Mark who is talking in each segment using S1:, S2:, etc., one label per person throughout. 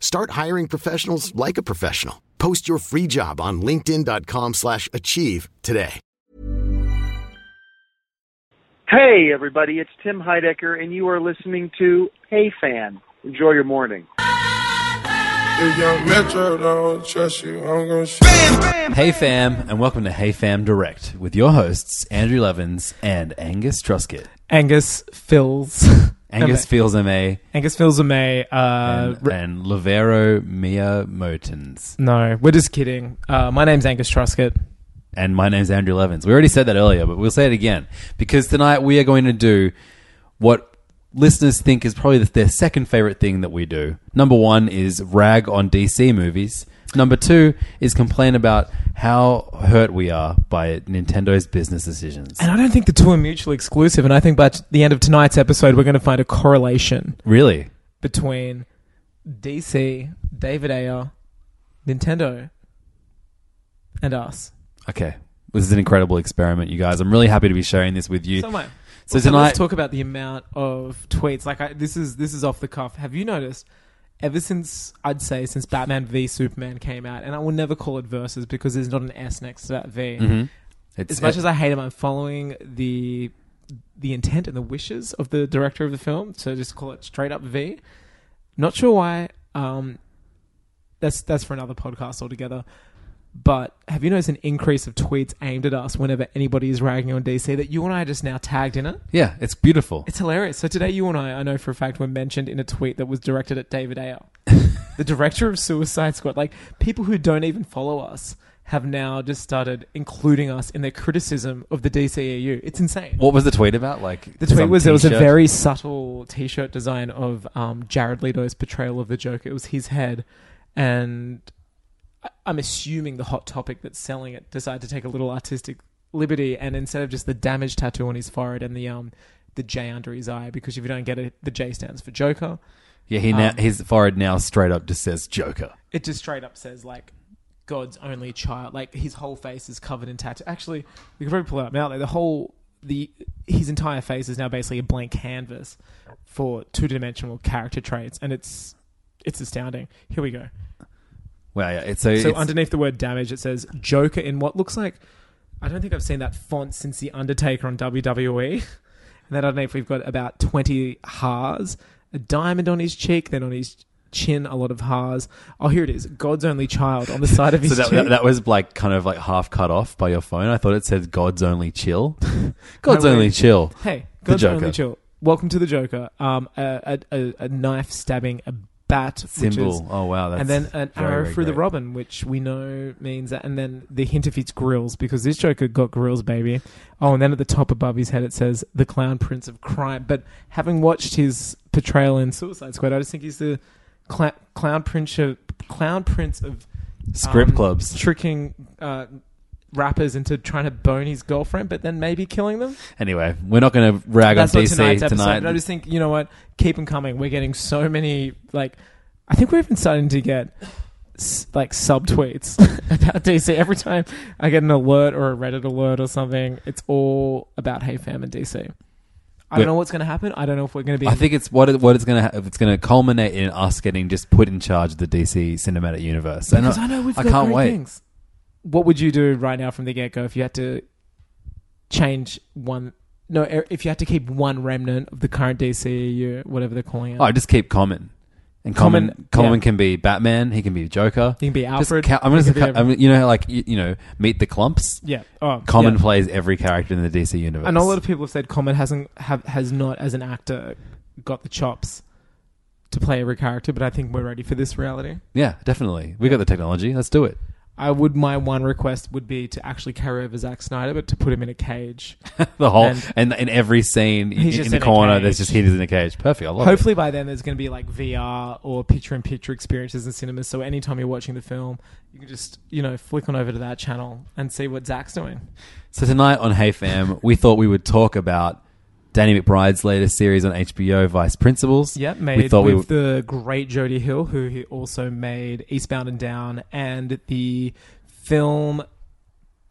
S1: Start hiring professionals like a professional. Post your free job on linkedin.com/achieve slash achieve today.
S2: Hey, everybody, it's Tim Heidecker, and you are listening to Hey Fan. Enjoy your morning.
S3: If young Metro don't trust you, I'm gonna shoot.
S4: Hey fam, and welcome to Hey Fam Direct with your hosts Andrew Levins and Angus Truscott.
S5: Angus Phils.
S4: Angus feels MA
S5: Angus Phils and May. Uh,
S4: and,
S5: re-
S4: and Lavero Mia Motens.
S5: no, we're just kidding. Uh, my name's Angus Truscott.
S4: And my name's Andrew Levins. We already said that earlier, but we'll say it again because tonight we are going to do what listeners think is probably their second favorite thing that we do. Number one is rag on DC movies. Number two is complain about how hurt we are by Nintendo's business decisions.
S5: And I don't think the two are mutually exclusive. And I think by t- the end of tonight's episode, we're going to find a correlation
S4: Really?
S5: between DC, David Ayer, Nintendo, and us.
S4: Okay. This is an incredible experiment, you guys. I'm really happy to be sharing this with you.
S5: So, mate,
S4: So
S5: also
S4: tonight-
S5: let's talk about the amount of tweets. Like, I, this is this is off the cuff. Have you noticed? Ever since I'd say since Batman v Superman came out, and I will never call it versus because there's not an S next to that V.
S4: It's,
S5: As much as I hate him, I'm following the the intent and the wishes of the director of the film. So just call it straight up V. Not sure why. Um, that's that's for another podcast altogether. But have you noticed an increase of tweets aimed at us whenever anybody is ragging on DC that you and I are just now tagged in it?
S4: yeah, it's beautiful.
S5: It's hilarious. So today you and I, I know for a fact, were mentioned in a tweet that was directed at David Ayer, the director of Suicide Squad. Like people who don't even follow us have now just started including us in their criticism of the DCEU. It's insane.
S4: what was the tweet about? Like
S5: the tweet
S4: some
S5: was there was a
S4: t-shirt?
S5: very subtle T-shirt design of um, Jared Leto's portrayal of the Joker. It was his head, and I- I'm assuming the hot topic that's selling it decided to take a little artistic liberty, and instead of just the damage tattoo on his forehead and the um the J under his eye, because if you don't get it, the J stands for Joker.
S4: yeah. He
S5: um,
S4: now his forehead now straight up just says Joker.
S5: It just straight up says like. God's only child, like his whole face is covered in tattoo. Actually, we could probably pull it up now. Like, the whole, the his entire face is now basically a blank canvas for two dimensional character traits, and it's it's astounding. Here we go.
S4: Wow, yeah. It's so,
S5: So
S4: it's-
S5: underneath the word damage, it says Joker in what looks like. I don't think I've seen that font since the Undertaker on WWE. And then underneath, we've got about twenty Ha's, a diamond on his cheek, then on his chin, a lot of Ha's. Oh, here it is. God's only child on the side of his
S4: so that,
S5: cheek.
S4: that, that was like kind of like half cut off by your phone. I thought it said God's only chill. God's
S5: No,
S4: only
S5: wait.
S4: chill.
S5: Hey,
S4: The
S5: God's only
S4: Joker.
S5: chill. Welcome to the Joker. Um, a, a, a, a knife stabbing a bat which is-
S4: Symbol. Oh wow. That's
S5: and then an
S4: very,
S5: arrow
S4: very
S5: through the
S4: great.
S5: robin, which we know means that. And then the hint of its grills, because this Joker got grills, baby. Oh, and then at the top above his head, it says the Clown Prince of Crime. But having watched his portrayal in Suicide Squad, I just think he's the cla Clown Prince of Clown Prince of
S4: Script
S5: um,
S4: clubs.
S5: tricking uh, rappers into trying to bone his girlfriend, but then maybe killing them.
S4: Anyway, we're not going to rag
S5: That's
S4: on
S5: not
S4: DC
S5: tonight's episode.
S4: tonight.
S5: But I just think you know what, keep them coming. We're getting so many like, I think we're even starting to get s- like sub tweets about DC. Every time I get an alert or a Reddit alert or something, it's all about Hey Fam and DC. I
S4: Wait.
S5: don't know what's going to happen. I don't know if we're going to be.
S4: I think it's what it, what it's going to ha- it's going to culminate in us getting just put in charge of the DC cinematic universe. And
S5: because I know we've
S4: I
S5: got
S4: can't
S5: great
S4: wait.
S5: things. What would you do right now from the get go if you had to change one? No, e, er, if you had to keep one remnant of the current DCEU, whatever they're calling it.
S4: Oh, just keep common. And Common
S5: Common-
S4: Common,
S5: yeah.
S4: can be Batman. He can be Joker.
S5: He can be
S4: Just
S5: Alfred.
S4: ca- I'm gonna
S5: He can
S4: ca-
S5: be
S4: I'm- you know like you, you know meet the clumps.
S5: Yeah. Oh,
S4: Common
S5: yeah.
S4: plays every character in the DC universe.
S5: I know a lot of people have said Common hasn't have has not as an actor got the chops to play every character, but I think we're ready for this reality.
S4: yeah, definitely. We got the technology. Let's do it.
S5: I would my one request would be to actually carry over Zack Snyder, but to put him in a cage.
S4: The whole
S5: And-
S4: and, in every scene in,
S5: He's just
S4: in the
S5: in a
S4: corner,
S5: cage.
S4: there's just he is in a cage. Perfect. I love it.
S5: Hopefully by then there's going to be like VR or picture in picture experiences in cinemas. So anytime you're watching the film, you can just you know flick on over to that channel and see what Zack's doing.
S4: So tonight on Hey Fam, we thought we would talk about Danny McBride's latest series on HBO, Vice Principals.
S5: Yeah, made
S4: we thought we
S5: with
S4: would.
S5: the great Jodie Hill, who he also made Eastbound and Down, and the film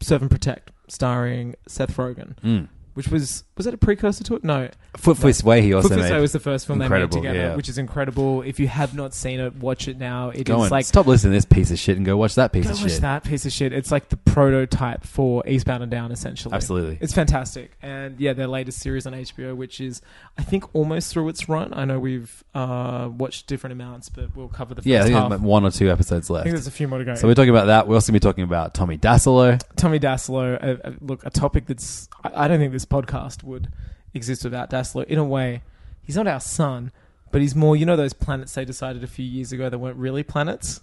S5: Serve and Protect, starring Seth Rogen,
S4: Mm.
S5: which was was that a precursor to it? No,
S4: Foot Fist Way he also
S5: Foot Fist
S4: made.
S5: Way was the first film they made
S4: Incredible,
S5: together,
S4: yeah.
S5: which is incredible. If you have not seen it, watch it now. It is
S4: Go on.
S5: like
S4: Stop listening to this piece of shit and go watch that piece
S5: go
S4: of
S5: watch
S4: shit.
S5: that piece of shit. It's like the prototype for Eastbound and Down, essentially.
S4: Absolutely.
S5: It's fantastic. And yeah, their latest series on HBO, which is, I think, almost through its run. I know we've uh, watched different amounts, but we'll cover the first
S4: Yeah, I think
S5: half.
S4: there's like one or two episodes
S5: I think
S4: left.
S5: there's a few more to go.
S4: So we're talking about that. We're also going to be talking about Tommy Dassolo.
S5: Tommy Daslow, uh, uh, look, a topic that's, I, I don't think this podcast would exist without Daslow. In a way, he's not our sun, but he's more, you know, those planets they decided a few years ago that weren't really planets?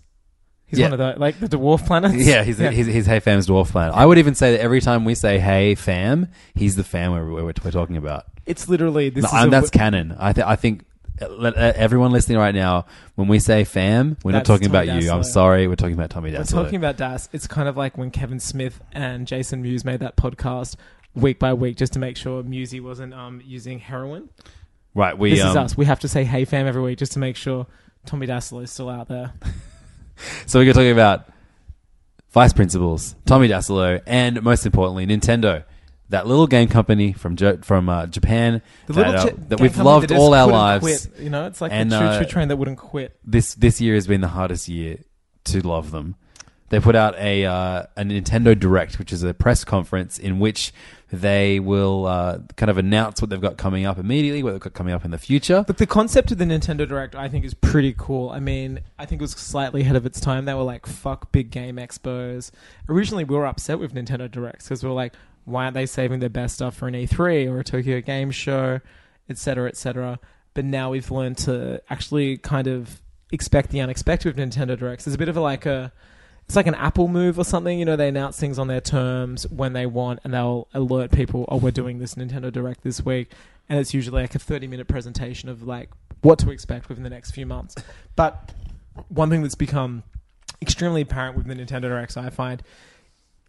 S5: He's
S4: Yeah.
S5: one of those, like the dwarf planets?
S4: Yeah, he's, he's, he's Hey Fam's dwarf planet. I would even say that every time we say Hey Fam, he's the fam we're, we're, we're talking about.
S5: It's literally, this
S4: No,
S5: is
S4: and
S5: a-
S4: that's canon. I, th- I think uh, let, uh, everyone listening right now, when we say fam, we're
S5: That's
S4: not talking
S5: Tommy
S4: about you. I'm
S5: Dassler.
S4: sorry, we're talking about Tommy
S5: We're
S4: Dassler.
S5: talking about Das. It's kind of like when Kevin Smith and Jason Mewes made that podcast week by week just to make sure Musey wasn't um, using heroin.
S4: right, we
S5: this is
S4: um,
S5: us. We have to say "Hey fam" every week just to make sure Tommy Dassler is still out there.
S4: So we're talking about Vice Principals, Tommy Dassolo, and most importantly, Nintendo. That little game company from jo- from uh, Japan that, uh,
S5: chi-
S4: that
S5: gang
S4: we've
S5: company
S4: loved
S5: that just
S4: all our
S5: couldn't
S4: lives.
S5: Quit. You know, it's like
S4: And,
S5: the choo-choo
S4: uh,
S5: train that wouldn't quit.
S4: This this year has been the hardest year to love them. They put out a uh, a Nintendo Direct, which is a press conference in which they will uh, kind of announce what they've got coming up immediately, what they've got coming up in the future.
S5: But the concept of the Nintendo Direct, I think, is pretty cool. I mean, I think it was slightly ahead of its time. They were like, "Fuck big game expos." Originally, we were upset with Nintendo Directs because we were like, "Why aren't they saving their best stuff for an E3 or a Tokyo Game Show, et cetera, et cetera?" But now we've learned to actually kind of expect the unexpected with Nintendo Directs. There's a bit of a, like a it's like an Apple move or something. You know, they announce things on their terms when they want, and they'll alert people, "Oh, we're doing this Nintendo Direct this week," and it's usually like a thirty-minute presentation of like what to expect within the next few months. But one thing that's become extremely apparent with the Nintendo Directs, I find,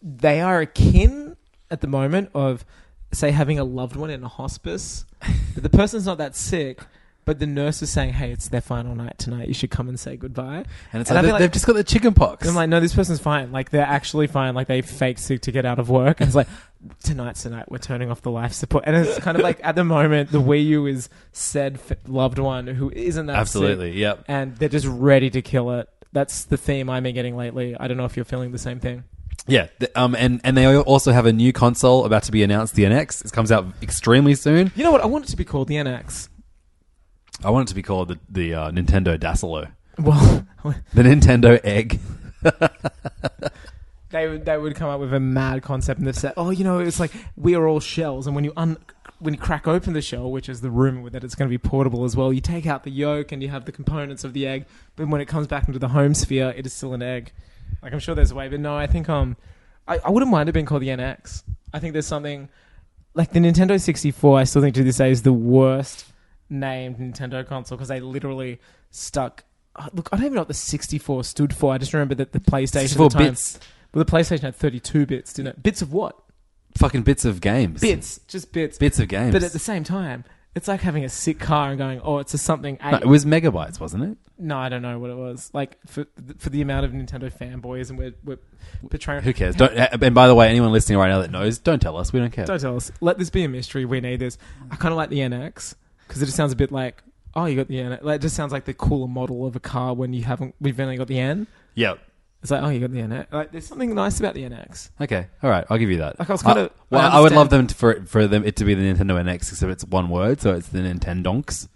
S5: they are akin at the moment of say having a loved one in a hospice. But the person's not that sick. But the nurse is saying, "Hey, it's their final night tonight. You should come and say goodbye."
S4: and it's
S5: And
S4: like,
S5: I feel
S4: they,
S5: like-
S4: have just got the chicken pox.
S5: and I'm like, no, this person's fine. Like, they're actually fine. Like, they fake sick to get out of work. And it's like, tonight's the night we're turning off the life support. And it's kind of like, at the moment, the Wii U is said f- loved one who isn't that "Oh, sick,
S4: Absolutely, yep.
S5: and they're just ready to kill it. That's the theme I've been getting lately. I don't know if you're feeling the same thing.
S4: Yeah, th- um, and and they also have a new console about to be announced, the NX. It comes out extremely soon.
S5: You know what? I want it to be called the NX.
S4: I want it to be called the the uh, Nintendo Dassolo,
S5: Well,
S4: the Nintendo Egg.
S5: they would they would come up with a mad concept and they've said, oh, you know, it's like we are all shells, and when you un when you crack open the shell, which is the rumor that it's going to be portable as well, you take out the yolk and you have the components of the egg. But when it comes back into the home sphere, it is still an egg. Like I'm sure there's a way, but no, I think um, I, I wouldn't mind it being called the NX. I think there's something like the Nintendo 64. I still think to this day is the worst named Nintendo console because they literally stuck. uh, Look, I don't even know what the 64 stood for. I just remember that the PlayStation at
S4: 64
S5: the time,
S4: bits.
S5: Well, the PlayStation had 32 bits, didn't it? Bits of what?
S4: Fucking bits of games.
S5: Bits, just bits.
S4: Bits of games.
S5: But at the same time, it's like having a sick car and going, "Oh, it's a something."
S4: No,
S5: Eight.
S4: it was megabytes, wasn't it?
S5: No, I don't know what it was. Like for for the amount of Nintendo fanboys and we're, we're portraying.
S4: Who cares? Don't, and by the way, anyone listening right now that knows, don't tell us. We don't care.
S5: Don't tell us. Let this be a mystery. We need this. I kind of like the NX because it just sounds a bit like, oh, you got the NX. Like, it just sounds like the cooler model of a car when you haven't. We've only got the N.
S4: Yeah.
S5: It's like, oh, you got the NX. Like, there's something nice about the NX.
S4: Okay. All right. I'll give you that.
S5: Like, I was kinda-
S4: well,
S5: I
S4: I, would
S5: understand-
S4: love them to, for for them it to be the Nintendo NX, except it's one word, so it's the Nintendonks.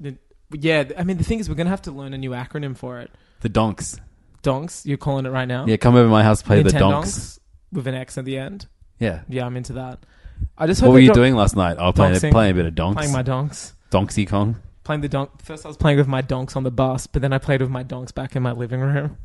S5: Nin- yeah, I mean, the thing is, we're going to have to learn a new acronym for it.
S4: The donks.
S5: Donks, you're calling it right now.
S4: Yeah, come over to my house, play the donks.
S5: Nintendonks With an X at the end.
S4: Yeah.
S5: Yeah, I'm into that. I just hope
S4: What were
S5: they
S4: you
S5: drop-
S4: doing last night? I was playing,
S5: Donksing.
S4: playing a bit of donks.
S5: Playing my donks.
S4: Donksy Kong.
S5: Playing the donk. First, I was playing with my donks on the bus, but then I played with my donks back in my living room.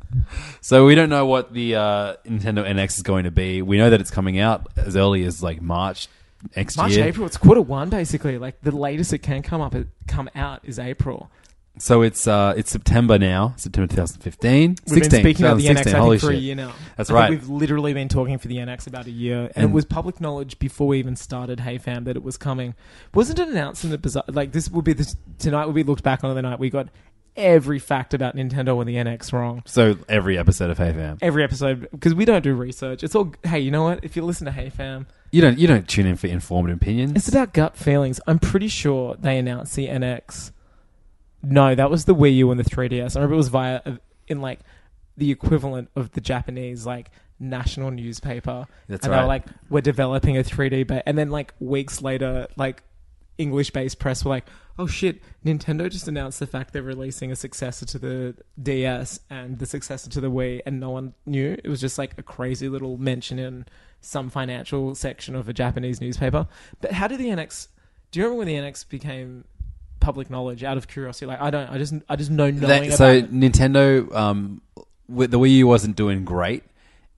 S4: So we don't know what the uh, Nintendo NX is going to be. We know that it's coming out as early as like March next
S5: March,
S4: year.
S5: April. It's quarter one, basically. Like the latest it can come up, come out is April.
S4: So it's uh, it's September now, September 2015.
S5: We've
S4: 16,
S5: been speaking about the NX
S4: 2016,
S5: I
S4: holy
S5: think, for a
S4: shit.
S5: year now.
S4: That's
S5: I think
S4: right.
S5: We've literally been talking for the NX about a year, and,
S4: And-
S5: it was public knowledge before we even started Hey Fam that it was coming. Wasn't it announced in the bizarre? Like this will be the tonight will be looked back on the night we got every fact about Nintendo and the NX wrong.
S4: So every episode of Hey Fam.
S5: Every episode because we don't do research. It's all hey, you know what? If you listen to Hey Fam,
S4: You don't you don't tune in for informed opinions.
S5: it's about gut feelings. I'm pretty sure they announced the NX. No, that was the Wii U and the 3DS. I remember it was via uh, in like the equivalent of the Japanese like national newspaper.
S4: That's
S5: and They
S4: right.
S5: were like, we're developing a 3D, ba-. and then like weeks later, like English-based press were like, oh shit, Nintendo just announced the fact they're releasing a successor to the DS and the successor to the Wii, and no one knew. It was just like a crazy little mention in some financial section of a Japanese newspaper. But how did the NX? Do you remember when the NX became public knowledge? Out of curiosity, like I don't, I just, I just know knowing
S4: That-
S5: about.
S4: so
S5: it.
S4: Nintendo, um, with the Wii U wasn't doing great,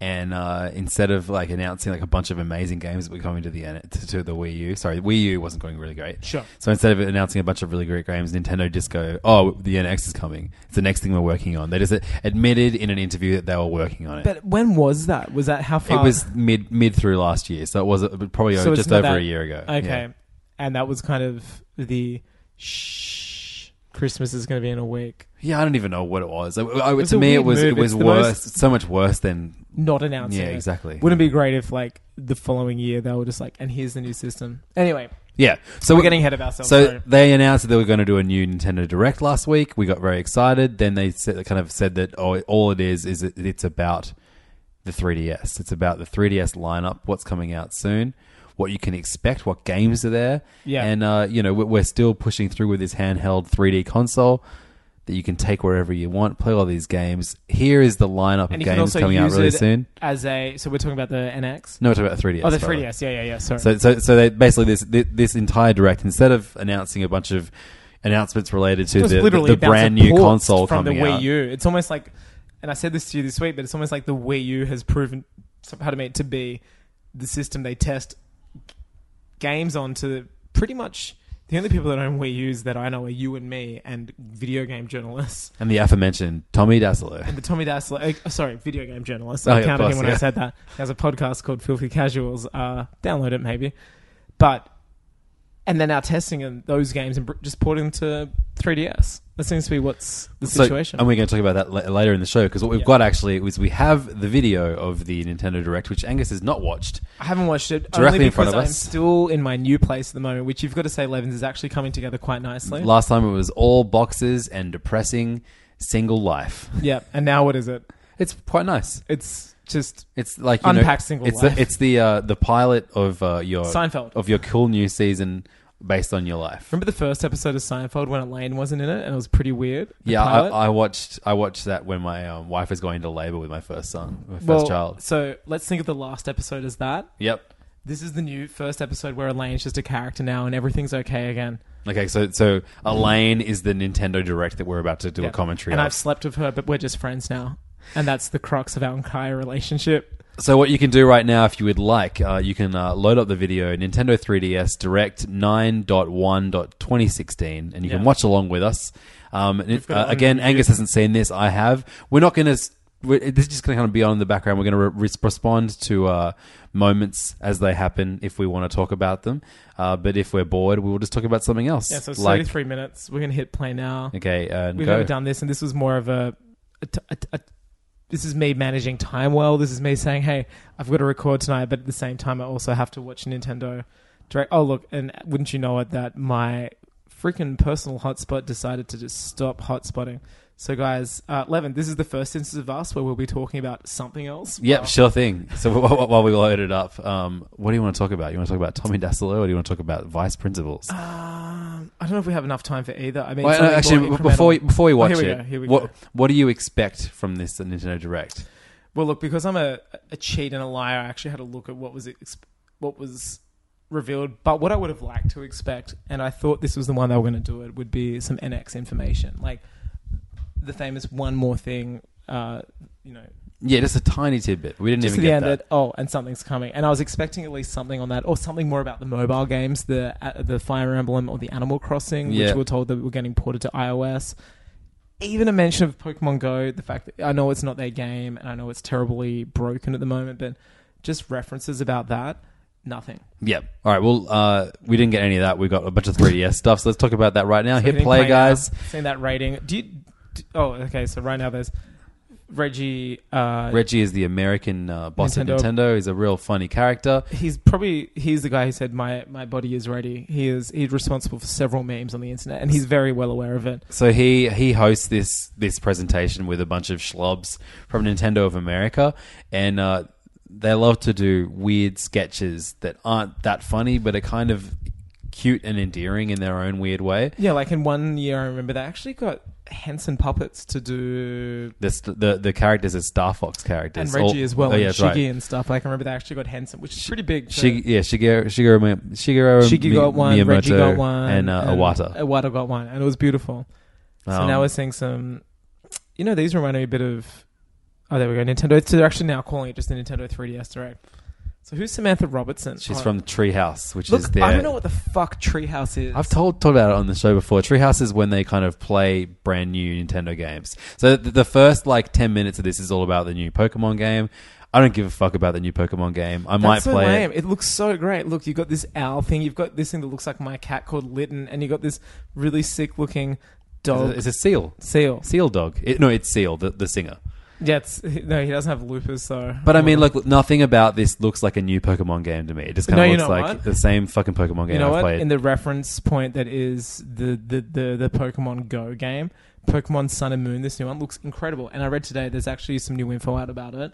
S4: and uh, instead of like announcing like a bunch of amazing games that were coming to the N- to, to the Wii U, sorry, Wii U wasn't going really great.
S5: Sure.
S4: So instead of announcing a bunch of really great games, Nintendo just go, "Oh, the NX is coming. It's the next thing we're working on." They just uh, admitted in an interview that they were working on it.
S5: But when was that? Was that how
S4: it
S5: far?
S4: was mid mid through last year, so it was uh, probably
S5: So it's
S4: just
S5: not
S4: over
S5: that-
S4: a year ago.
S5: Okay,
S4: Yeah.
S5: and that was kind of the shh. Christmas is going to be in a week.
S4: Yeah, I don't even know what it was. I, I,
S5: It's
S4: to
S5: a
S4: me, it
S5: weird
S4: was it
S5: move. It's
S4: was
S5: the
S4: worse,
S5: most-
S4: so much worse than
S5: Not announcing.
S4: Yeah,
S5: it.
S4: exactly.
S5: Wouldn't it be great if like the following year they were just like, and here's the new system. Anyway,
S4: yeah. So
S5: we're getting ahead of ourselves.
S4: So
S5: sorry.
S4: they announced that they were going to do a new Nintendo Direct last week. We got very excited. Then they said, kind of said that oh, all it is is it, it's about the 3DS. It's about the 3DS lineup, what's coming out soon, what you can expect, what games are there.
S5: Yeah.
S4: And uh, you know we- we're still pushing through with this handheld 3D console that you can take wherever you want, play all these games. Here is the lineup
S5: and
S4: of
S5: you can
S4: games
S5: also
S4: coming out
S5: use
S4: really
S5: it
S4: soon.
S5: as a. So we're talking about the NX.
S4: No, it's about 3DS.
S5: oh, the
S4: by way.
S5: 3DS. Yeah, yeah, yeah. Sorry.
S4: So, so, so they basically this thi- this entire direct instead of announcing a bunch of announcements related to
S5: Just
S4: the, the,
S5: literally
S4: the
S5: a bounce
S4: brand
S5: of
S4: new
S5: ports
S4: console
S5: from
S4: coming
S5: the Wii
S4: out.
S5: U. It's almost like, and I said this to you this week, but it's almost like the Wii U has proven how to make to be the system they test g- games on to pretty much. The only people that own Wii U's that I know are you and me and video game journalists.
S4: and the aforementioned Tommy Dassler.
S5: The Tommy Dassler, uh, sorry, video game journalist.
S4: Oh,
S5: I
S4: yeah,
S5: counted
S4: of
S5: him
S4: course,
S5: when
S4: yeah.
S5: I said that. He has a podcast called Filthy Casuals. Uh, download it maybe. But and they're now testing in those games and br- just porting them to 3DS. That seems to be what's the
S4: So,
S5: situation.
S4: and we're going to talk about that la- later in the show because what we've got actually is we have the video of the Nintendo Direct, which Angus has not watched.
S5: I haven't watched it
S4: Directly
S5: only
S4: in front
S5: because
S4: of
S5: I'm
S4: us.
S5: still in my new place at the moment, which you've got to say, Levins is actually coming together quite nicely.
S4: Last time it was all boxes and depressing single life.
S5: yeah, and now what is it?
S4: It's quite nice.
S5: It's just
S4: It's like you know,
S5: Unpack single
S4: it's
S5: life.
S4: The, it's the uh, the pilot of uh, your
S5: Seinfeld.
S4: of your cool new season based on your life.
S5: remember the first episode of Seinfeld when Elaine wasn't in it, and it was pretty weird. The
S4: Yeah,
S5: pilot?
S4: I, I watched. I watched that when my um, wife was going to labor with my first son, my first
S5: Well,
S4: child.
S5: So let's think of the last episode as that.
S4: Yep.
S5: This is the new first episode where Elaine's just a character now and everything's okay again.
S4: Okay, so so Elaine is the Nintendo Direct that we're about to do a
S5: Yeah.
S4: commentary
S5: And
S4: on.
S5: I've slept with her, but we're just friends now. And that's the crux of our entire relationship.
S4: So what you can do right now, if you would like, uh, you can uh, load up the video Nintendo 3DS Direct 9.1.2016, and you can
S5: Yeah.
S4: watch along with us. Um, and it-
S5: got it
S4: uh,
S5: on
S4: again,
S5: YouTube.
S4: Angus hasn't seen this. I have. We're not going to. This is just going to kind of be on in the background. We're going to re- respond to uh, moments as they happen if we want to talk about them. Uh, but if we're bored, we will just talk about something else.
S5: Yeah, so it's
S4: Like-
S5: 33 minutes. We're going to hit play now.
S4: Okay, uh,
S5: We've
S4: go.
S5: never done this, and this was more of a, a t- a t- a- This is me managing time well. This is me saying, hey, I've got to record tonight, but at the same time, I also have to watch Nintendo Direct. Oh, look, and wouldn't you know it that my freaking personal hotspot decided to just stop hotspotting. So, guys, uh, Levin, this is the first instance of us where we'll be talking about something else.
S4: Yep, sure thing. So wh- wh- while we load it up, um, what do you want to talk about? You want to talk about Tommy Dassler, or do you want to talk about Vice Principals?
S5: Um, I don't know if we have enough time for either. I mean,
S4: Well,
S5: something
S4: actually,
S5: more
S4: b- before
S5: incremental.
S4: you, before you
S5: Oh,
S4: watch
S5: here we
S4: it,
S5: go, here we
S4: what
S5: go.
S4: what do you expect from this Nintendo Direct?
S5: Well, look, because I'm a, a cheat and a liar, I actually had a look at what was ex- what was revealed. But what I would have liked to expect, and I thought this was the one they were going to do it, would be some NX information, like the famous one more thing. Uh, you know,
S4: Yeah, just a tiny tidbit. We didn't
S5: just at
S4: even
S5: the
S4: get
S5: end
S4: that.
S5: that. oh, and something's coming, and I was expecting at least something on that, or something more about the mobile games, the uh, the Fire Emblem or the Animal Crossing,
S4: Yeah.
S5: which we are told that we're getting ported to iOS. Even a mention of Pokemon Go, the fact that I know it's not their game, and I know it's terribly broken at the moment, but just references about that, nothing.
S4: Yeah. All right. Well, uh, we didn't get any of that. We got a bunch of 3DS stuff. So let's talk about that right now. Hit
S5: Hitting
S4: play, guys.
S5: Now, seeing that rating, do you? Do, oh, okay. So right now there's Reggie. Uh,
S4: Reggie is the American uh, boss
S5: Nintendo.
S4: at Nintendo. He's a real funny character.
S5: he's probably he's the guy who said my my body is ready. He is he's responsible for several memes on the internet, and he's very well aware of it.
S4: So he he hosts this this presentation with a bunch of schlubs from Nintendo of America, and uh, they love to do weird sketches that aren't that funny, but are kind of cute and endearing in their own weird way.
S5: Yeah, like in one year, I remember they actually got Henson puppets to do
S4: The st- the the characters are Star Fox
S5: and
S4: characters,
S5: Reggie
S4: All-
S5: as well,
S4: Oh, yeah,
S5: and
S4: that's
S5: Shiggy
S4: right.
S5: and stuff. Like I remember they actually got Henson, which is pretty big. so-
S4: Shig- yeah, Shigeru, Shigeru, Mi- Shigeru
S5: Shiggy
S4: um, Mi-
S5: got one,
S4: Miyamoto
S5: Reggie got one,
S4: and, uh, Iwata.
S5: Iwata got one, and it was beautiful. So
S4: Um,
S5: now we're seeing some. You know, these remind me a bit of. Oh, there we go. Nintendo. So they're actually now calling it just the Nintendo 3DS Direct. So who's Samantha Robertson?
S4: She's
S5: Oh,
S4: from Treehouse, which is
S5: Look,
S4: their.
S5: I don't know what the fuck Treehouse is.
S4: I've told talked about it on the show before. Treehouse is when they kind of play brand new Nintendo games. So the, the first like ten minutes of this is all about the new Pokemon game. I don't give a fuck about the new Pokemon game. I might
S5: That's so
S4: play
S5: lame.
S4: it.
S5: It looks so great. Look, you've got this owl thing. You've got this thing that looks like my cat called Lytton, and you've got this really sick looking
S4: It's
S5: dog
S4: a, it's a seal,
S5: seal.
S4: seal dog. It, no, it's seal, the, the singer.
S5: Yeah, it's, no, he doesn't have lupus, so.
S4: But I mean, look, nothing about this looks like a new Pokemon game to me. It just kind
S5: No,
S4: of
S5: you
S4: looks
S5: know
S4: like
S5: what?
S4: the same fucking Pokemon game
S5: you know
S4: I've
S5: what?
S4: played.
S5: In the reference point that is the, the, the, the Pokemon Go game, Pokemon Sun and Moon, this new one looks incredible. And I read today there's actually some new info out about it.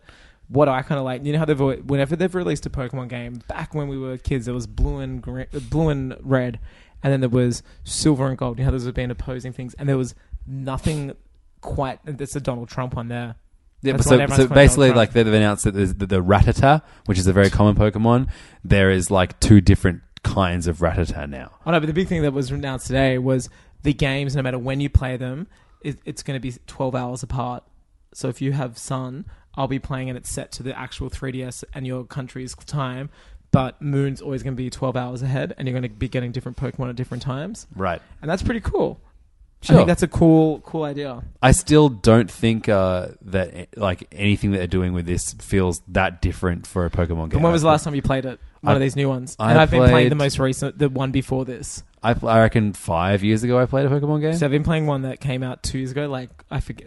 S5: What I kind of like, you know how they've always, whenever they've released a Pokemon game, back when we were kids, there was blue and green, uh, blue and red, and then there was silver and gold. You know how those have been opposing things, and there was nothing quite. That's a Donald Trump one there.
S4: Yeah, but
S5: That's
S4: so,
S5: what
S4: so
S5: everyone's playing
S4: basically,
S5: Donald
S4: like they've announced that there's the, the Ratata, which is a very common Pokemon, there is like two different kinds of Ratata now.
S5: I know, Oh, but the big thing that was announced today was the games. No matter when you play them, it, it's going to be twelve hours apart. So if you have Sun, I'll be playing and it's set to the actual 3DS and your country's time. But Moon's always going to be twelve hours ahead, and you're going to be getting different Pokemon at different times,
S4: Right.
S5: and that's pretty cool. I
S4: Sure.
S5: think that's a cool, cool idea.
S4: I still don't think uh, that eh, like anything that they're doing with this feels that different for a Pokemon game.
S5: And when was the last time you played it? One
S4: I-
S5: of these new ones,
S4: I
S5: and I've been playing the
S4: played-
S5: most recent, the one before this.
S4: I, I reckon five years ago I played a Pokemon game.
S5: So I've been playing one that came out two years ago. Like I forget,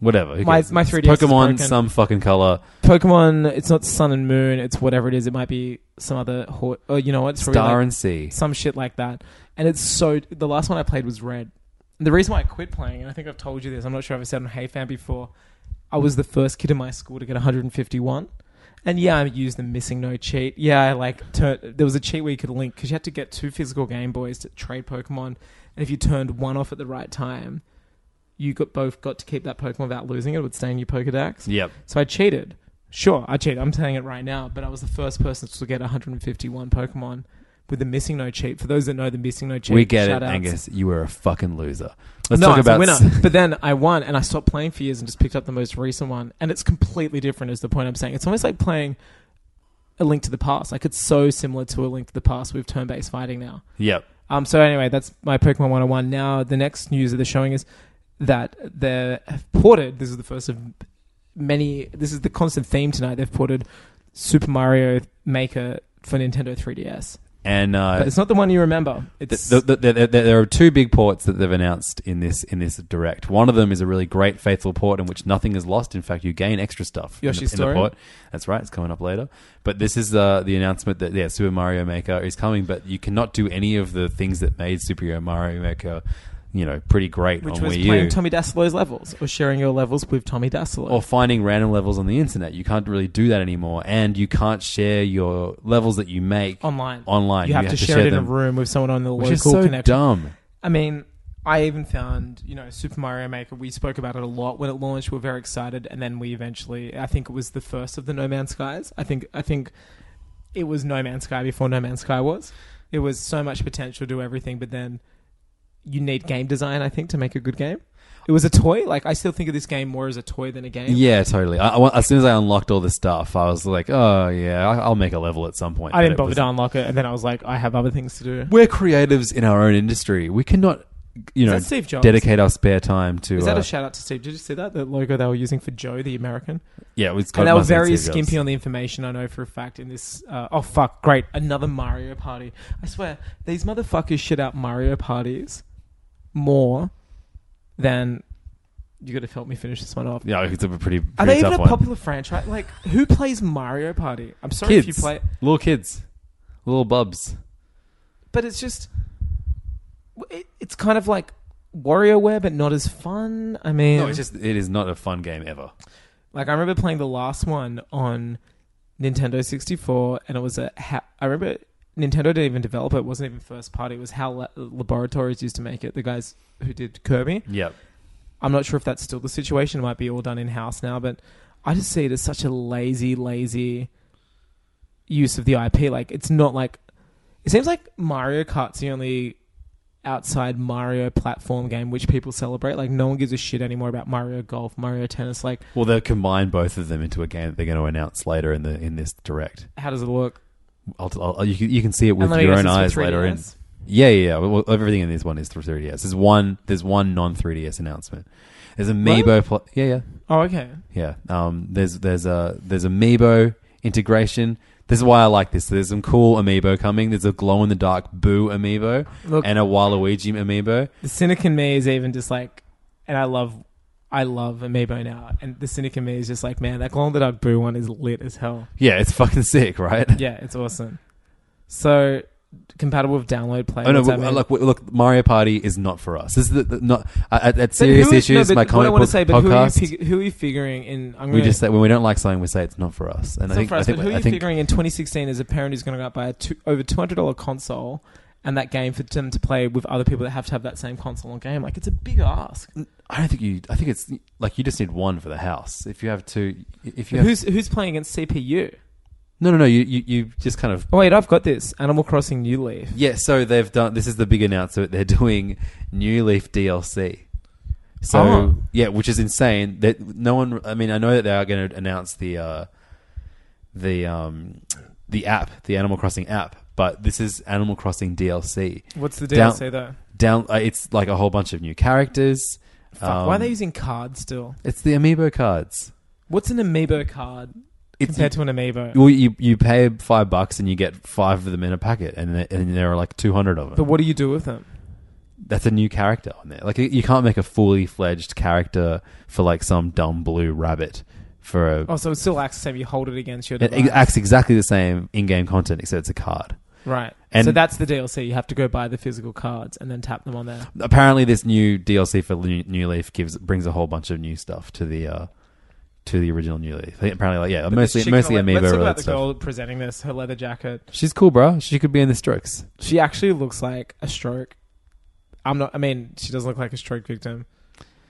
S4: Whatever. who
S5: My-
S4: cares?
S5: my
S4: It's
S5: 3DS is
S4: Pokemon,
S5: broken.
S4: some fucking color.
S5: Pokemon, it's not Sun and Moon, it's whatever it is. It might be some other, ho- or you know what, it's probably
S4: Star
S5: like
S4: and Sea.
S5: some shit like that. And it's so. The last one I played was Red. The reason why I quit playing, and I think I've told you this, I'm not sure if I said on HeyFan before, I was the first kid in my school to get 151. And yeah, I used the missing no cheat. Yeah, I like turn. There was a cheat where you could link because you had to get two physical Game Boys to trade Pokemon, and if you turned one off at the right time, you got both got to keep that Pokemon without losing it. It would stay in your Pokedex.
S4: Yep.
S5: So I cheated. Sure, I cheated. I'm saying it right now, but I was the first person to get 151 Pokemon with the missing no cheat. For those that know the missing no cheat,
S4: We get it,
S5: shout outs.
S4: Angus. You were a fucking loser. Let's
S5: no,
S4: talk
S5: it's a
S4: about
S5: winner. but then I won, and I stopped playing for years and just picked up the most recent one, and it's completely different. Is the point I'm saying? It's almost like playing a Link to the Past. Like it's so similar to a Link to the Past with turn-based fighting now.
S4: Yep.
S5: Um, so anyway, that's my Pokemon 101. Now the next news that they're showing is that they have ported. This is the first of many. This is the constant theme tonight. They've ported Super Mario Maker for Nintendo 3DS,
S4: And uh,
S5: but it's not the one you remember. It's
S4: the, the, the, the, there are two big ports that they've announced in this in this direct. One of them is a really great faithful port in which nothing is lost. In fact, you gain extra stuff. in the-
S5: Yoshi's
S4: in the,
S5: Story?
S4: port. That's right. It's coming up later. But this is uh, the announcement that yeah, Super Mario Maker is coming, but you cannot do any of the things that made Super Mario Maker you know, pretty great
S5: which
S4: on
S5: was
S4: Wii U.
S5: playing Tommy Dassalo's levels or sharing your levels with Tommy Dassalo.
S4: or finding random levels on the internet. You can't really do that anymore, and you can't share your levels that you make
S5: online.
S4: Online,
S5: you have, to, share, it in
S4: them,
S5: a room with someone on the
S4: which
S5: local
S4: is so
S5: connection.
S4: dumb.
S5: I mean, I even found, you know, Super Mario Maker, we spoke about it a lot when it launched. We were very excited. And then we eventually, I think it was the first of the No Man's Skies. I think, I think it was No Man's Sky before No Man's Sky was. It was so much potential to do everything, but then you need game design, I think, to make a good game. It was a toy. Like, I still think of this game more as a toy than a game.
S4: Yeah, totally. I, I wa- as soon as I unlocked all this stuff, I was like, oh yeah, I- I'll make a level at some point.
S5: I
S4: But
S5: didn't
S4: it
S5: bother
S4: was-
S5: to unlock it. And then I was like, I have other things to do.
S4: We're creatives in our own industry. We cannot, you know,
S5: that Steve Jobs?
S4: dedicate our spare time to.
S5: Is that
S4: uh,
S5: a shout out to Steve? Did you see that? The logo they were using for Joe, the American?
S4: yeah, it was.
S5: and they were
S4: must have been
S5: very
S4: Steve Jobs.
S5: skimpy on the information. I know for a fact in this. Uh, oh fuck! Great, another Mario Party. I swear these motherfuckers shit out Mario parties more than. You got to help me finish this one off.
S4: Yeah, it's a pretty. pretty
S5: Are they
S4: tough
S5: even a
S4: one.
S5: popular franchise? Like, who plays Mario Party? I'm sorry
S4: kids?
S5: if you play,
S4: little kids, little bubs.
S5: but it's just. It, it's kind of like WarioWare, but not as fun. I mean,
S4: No, it's just it is not a fun game ever.
S5: Like I remember playing the last one on Nintendo 64, and it was a. Ha- I remember Nintendo didn't even develop it; it wasn't even first party. It was how la- laboratories used to make it. The guys who did Kirby.
S4: Yep.
S5: I'm not sure if that's still the situation. It might be all done in house now, but I just see it as such a lazy, lazy use of the IP. Like it's not like it seems like Mario Kart's the only outside Mario platform game which people celebrate. Like no one gives a shit anymore about Mario Golf, Mario Tennis. Like
S4: Well, they'll combine both of them into a game that they're going to announce later in the in this direct.
S5: how does it look?
S4: I'll, I'll, you, can, you can see it with
S5: And let me
S4: your
S5: guess,
S4: own
S5: it's for
S4: eyes later. In
S5: 3DS?
S4: yeah, yeah, yeah. Well, everything in this one is through 3ds. There's one. There's one non 3ds announcement. There's amiibo. Pl- yeah, yeah,
S5: Oh, okay.
S4: yeah. Um, there's there's a there's amiibo integration. This is why I like this. There's some cool amiibo coming. There's a glow in the dark Boo amiibo
S5: Look-
S4: and a Waluigi amiibo.
S5: The cynic in me is even just like, and I love, I love Amiibo now. And the cynic in me is just like, man, that glow in the dark blue one is lit as hell.
S4: Yeah, it's fucking sick, right?
S5: Yeah, it's awesome. So compatible with download play.
S4: Oh no!
S5: what's that
S4: w-
S5: mean?
S4: Look, w- look, Mario Party is not for us. This is the, the, not uh, at, at
S5: But who
S4: serious
S5: is- no,
S4: issues.
S5: but
S4: my
S5: what
S4: comic
S5: I wanna
S4: book
S5: say, but
S4: podcast.
S5: Who are, you fig- who are you figuring in? I'm
S4: we
S5: gonna-
S4: just say, when we don't like something, we say it's not for us. And
S5: It's
S4: I
S5: not
S4: think
S5: for us,
S4: I think
S5: but who are
S4: I
S5: you
S4: think
S5: figuring in 2016 as a parent who's going to go out buy a two, over $200 console and that game for them to play with other people that have to have that same console or game? Like, it's a big ask.
S4: I don't think you. I think it's like you just need one for the house. If you have two, if you have,
S5: Who's who's playing against CPU?
S4: no, no, no. You, you you just kind of
S5: Oh wait, I've got this. Animal Crossing New Leaf.
S4: yeah. So they've done. This is the big announcement. They're doing New Leaf DLC. So
S5: Oh.
S4: yeah, which is insane. That no one. I mean, I know that they are going to announce the uh, the um, the app, the Animal Crossing app, but this is Animal Crossing DLC.
S5: What's the
S4: Down-
S5: DLC though?
S4: Down, uh, it's like a whole bunch of new characters.
S5: Fuck,
S4: um,
S5: why are they using cards still?
S4: It's the amiibo cards.
S5: What's an amiibo card
S4: It's
S5: compared to an amiibo?
S4: well, you you pay five bucks and you get five of them in a packet, and there- and there are like two hundred of them.
S5: But what do you do with them?
S4: That's a new character on there. Like you- you can't make a fully fledged character for like some dumb blue rabbit for a.
S5: Oh, so it still acts the same. You hold it against your
S4: it
S5: device.
S4: acts exactly the same in-game content except it's a card.
S5: right.
S4: and-
S5: so that's the DLC. You have to go buy the physical cards and then tap them on there.
S4: Apparently, this new DLC for Lu- New Leaf gives brings a whole bunch of new stuff to the uh, to the original New Leaf. Apparently, like yeah, Uh, mostly mostly amiibo
S5: Let's talk about
S4: related
S5: the
S4: stuff.
S5: girl presenting this. Her leather jacket.
S4: She's cool, bro. She could be in the Strokes.
S5: She actually looks like a stroke. I'm not. I mean, she doesn't look like a stroke victim.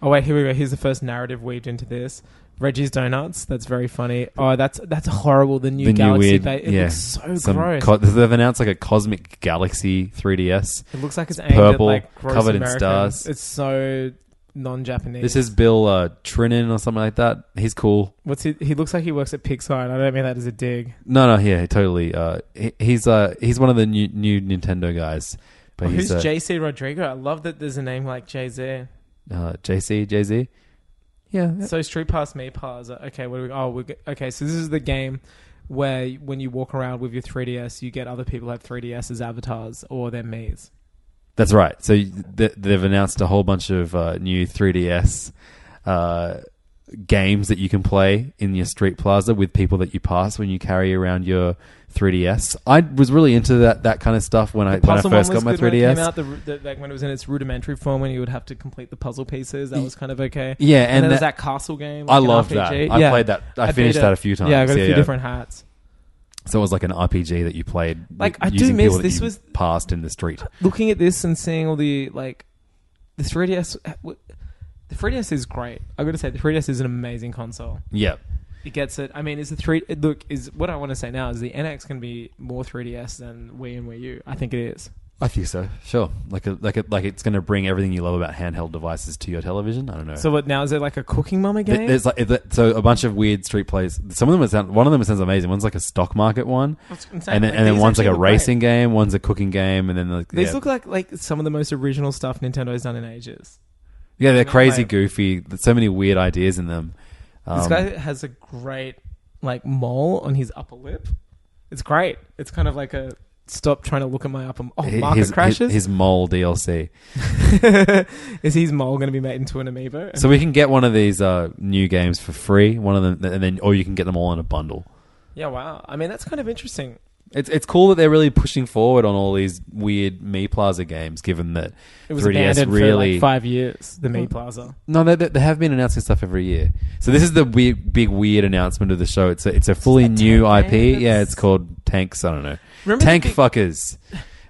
S5: Oh wait, here we go. Here's the first narrative weaved into this. Reggie's donuts. That's very funny. Oh, that's that's horrible. The new
S4: the new
S5: Galaxy.
S4: weird,
S5: Bay. It
S4: yeah.
S5: looks so
S4: Some
S5: gross.
S4: co- they've announced like a cosmic galaxy 3DS.
S5: it looks like it's aimed
S4: purple,
S5: at like gross
S4: covered in
S5: Americans.
S4: stars.
S5: It's so non-Japanese.
S4: This is Bill uh, Trinan or something like that. He's cool.
S5: what's he? He looks like he works at Pixar, and I don't mean that as a dig.
S4: No, no, yeah, totally. Uh, he, he's uh, he's one of the new, new Nintendo guys. But
S5: Oh,
S4: he's
S5: who's
S4: uh,
S5: JC Rodrigo? I love that there's a name like Jay Z.
S4: uh, JC, Jay Z. Yeah,
S5: So street pass, me pass. Okay, what do we? Oh, we g- okay. So this is the game where you- when you walk around with your 3ds, you get other people who have 3ds as avatars or their me's.
S4: that's right. So th- they've announced a whole bunch of uh, new 3DS uh, games that you can play in your street plaza with people that you pass when you carry around your 3DS. I was really into that that kind of stuff when I when I
S5: Puzzle
S4: first
S5: one
S4: got
S5: was
S4: my
S5: good when it came
S4: 3DS.
S5: out, the, the, like when it was in its rudimentary form, when you would have to complete the puzzle pieces, that was kind of okay.
S4: Yeah,
S5: and,
S4: and
S5: then there's
S4: that-
S5: that castle game.
S4: I
S5: like an
S4: loved that.
S5: RPG.
S4: I played that- I
S5: beat
S4: finished
S5: it.
S4: that a few times.
S5: Yeah, I got a
S4: Yeah,
S5: few
S4: yeah.
S5: different hats.
S4: So it was like an RPG that you played
S5: Like,
S4: with-
S5: I do
S4: using
S5: miss
S4: people that
S5: this
S4: you
S5: was-
S4: passed in the street.
S5: Looking at this and seeing all the like, the 3ds. uh, The 3ds is great. I got to say, the 3ds is an amazing console.
S4: Yeah.
S5: It gets it. I mean, is the three? it- Look, is what I want to say now is the NX can be more 3ds than Wii and Wii U. I think it is.
S4: I think so. Sure. Like a, like a, like it's going to bring everything you love about handheld devices to your television. I don't know.
S5: So what now? Is it like a cooking mama
S4: Th-
S5: game?
S4: There's like it- so a bunch of weird street plays. Some of them sound, one of them sounds amazing. One's like a stock market one,
S5: That's
S4: and
S5: insane.
S4: then,
S5: Like,
S4: and then
S5: these
S4: one's like
S5: actually
S4: a
S5: look great.
S4: racing game, one's a cooking game, and then like
S5: These
S4: yeah,
S5: look like like some of the most original stuff Nintendo's done in ages.
S4: yeah they're crazy,
S5: like-
S4: goofy. There's so many weird ideas in them.
S5: This
S4: Um,
S5: guy has a great like mole on his upper lip. It's great. It's kind of like a stop trying to look at my upper. Oh,
S4: hi-
S5: market
S4: Um, his,
S5: crashes.
S4: His, his mole DLC.
S5: Is his mole going to be made into an amiibo?
S4: So we can get one of these uh, new games for free. One of them, and then or you can get them all in a bundle.
S5: yeah, wow. I mean, that's kind of interesting.
S4: It's it's cool that they're really pushing forward on all these weird Me Plaza games. Given that
S5: It was
S4: 3DS
S5: abandoned
S4: really Hmm.
S5: for like five years. The Mii Plaza.
S4: No, they, they they have been announcing stuff every year. So this is the weird, big weird announcement of the show. It's a, it's a fully new
S5: tank
S4: IP.
S5: game
S4: Yeah,
S5: that's-
S4: it's called Tanks. I don't know.
S5: Remember
S4: tank
S5: the big-
S4: fuckers.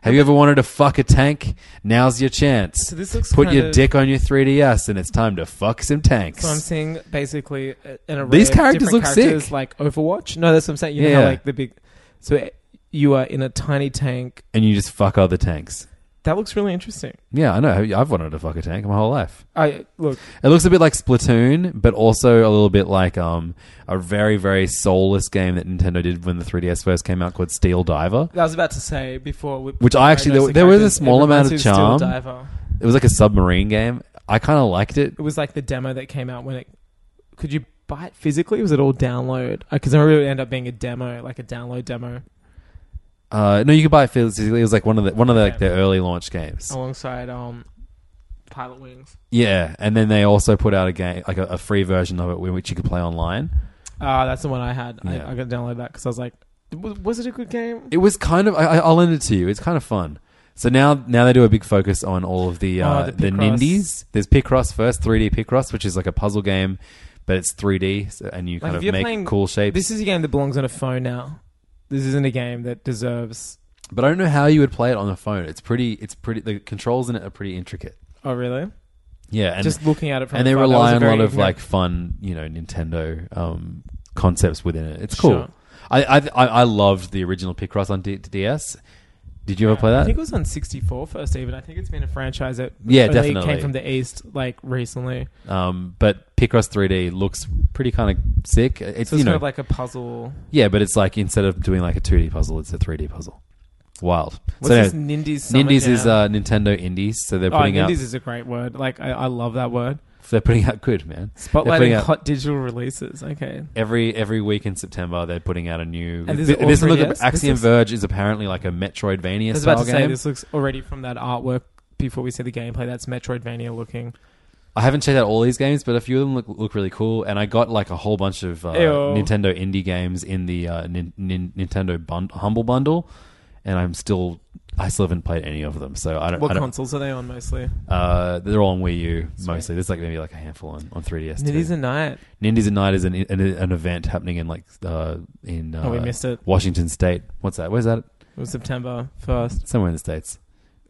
S4: Have you ever wanted to fuck a tank? Now's your chance.
S5: So this looks
S4: Put
S5: kind
S4: your
S5: of-
S4: dick on your 3DS, and it's time to fuck some tanks.
S5: So I'm seeing basically uh, a- an array
S4: These
S5: of
S4: characters
S5: different
S4: look
S5: characters
S4: sick.
S5: like Overwatch. No, that's what I'm saying. You know how
S4: Yeah.
S5: like the big. So eh, you are in a tiny tank.
S4: and you just fuck other tanks.
S5: That looks really interesting.
S4: Yeah, I know. I've wanted to fuck a tank my whole life.
S5: I look.
S4: It looks a bit like Splatoon, but also a little bit like um, a very, very soulless game that Nintendo did when the 3DS first came out called Steel Diver.
S5: I was about to say before, we,
S4: Which I actually-
S5: noticed the
S4: there was a
S5: characters,
S4: small
S5: it reminds
S4: amount of
S5: me Steel
S4: charm.
S5: Diver.
S4: It was like a submarine game. I kind of liked it.
S5: It was like the demo that came out when it. Could you buy it physically? Was it all download? Because I remember it ended up being a demo, like a download demo,
S4: Uh, no, you could buy it physically. It was like one of the one of the, like,
S5: Okay.
S4: the early launch games.
S5: alongside um, Pilot Wings.
S4: Yeah, and then they also put out a game like a, a free version of it, whi- which you could play online.
S5: Ah, that's the one I had.
S4: Yeah.
S5: I, I got to download that because I was like, was, was it a good game?
S4: It was kind of. I, I- I'll lend it to you. It's kind of fun. So now, now they do a big focus on all of the
S5: Oh,
S4: uh,
S5: the
S4: the,
S5: Picross.
S4: Nindies. There's Picross first, 3D Picross, which is like a puzzle game, but it's 3D, so, and you kind
S5: if
S4: of
S5: you're
S4: make
S5: playing-
S4: cool shapes.
S5: This is a game that belongs on a phone now. This isn't a game that deserves.
S4: but I don't know how you would play it on a phone. It's pretty. It's pretty. The controls in it are pretty intricate.
S5: Oh, really?
S4: Yeah, and
S5: Just looking at it from
S4: and
S5: the
S4: they
S5: front, that was
S4: rely on a
S5: very
S4: lot of
S5: ignorant-
S4: like fun, you know, Nintendo um, concepts within it. It's cool.
S5: Sure.
S4: I, I I I loved the original Picross on D- DS. Did you ever play
S5: I
S4: that?
S5: think it was on 64 first, even. I think it's been a franchise that
S4: Yeah,
S5: only
S4: definitely.
S5: came from the East, like, recently.
S4: um, but Picross 3D looks pretty kind of sick. It's
S5: So
S4: you
S5: it's
S4: know,
S5: kind of like a puzzle.
S4: yeah, but it's like instead of doing like a 2D puzzle, it's a 3D puzzle. Wild.
S5: What's
S4: so
S5: this?
S4: yeah,
S5: Nindies. Summer
S4: Nindies is
S5: Jam?
S4: uh, Nintendo Indies, so they're
S5: oh,
S4: putting
S5: Nindies
S4: out
S5: is a great word. Like, I, I love that word.
S4: they're putting out good man. They're putting
S5: Spotlighting
S4: out-
S5: hot digital releases. Okay.
S4: every every week in September they're putting out a new.
S5: And
S4: this,
S5: this is all
S4: this look
S5: 3DS?
S4: Axiom
S5: This is-
S4: Verge is apparently like a Metroidvania
S5: I was
S4: style
S5: about to
S4: game.
S5: say, this looks already from that artwork before we see the gameplay. That's Metroidvania looking.
S4: I haven't checked out all these games, but a few of them look look really cool. And I got like a whole bunch of uh,
S5: Ew.
S4: Nintendo indie games in the uh, nin- nin- Nintendo bund- Humble Bundle, and I'm still I still haven't played any of them. So I don't.
S5: What
S4: I don't
S5: consoles are they on mostly?
S4: uh, they're all on Wii U mostly. There's like maybe like a handful on, on 3DS. too.
S5: Nindies and Night.
S4: Nindies at Night is an, an, an event happening in like uh, in uh,
S5: Oh, we missed it.
S4: Washington State. What's that? Where's that?
S5: It was September 1st.
S4: Somewhere in the states.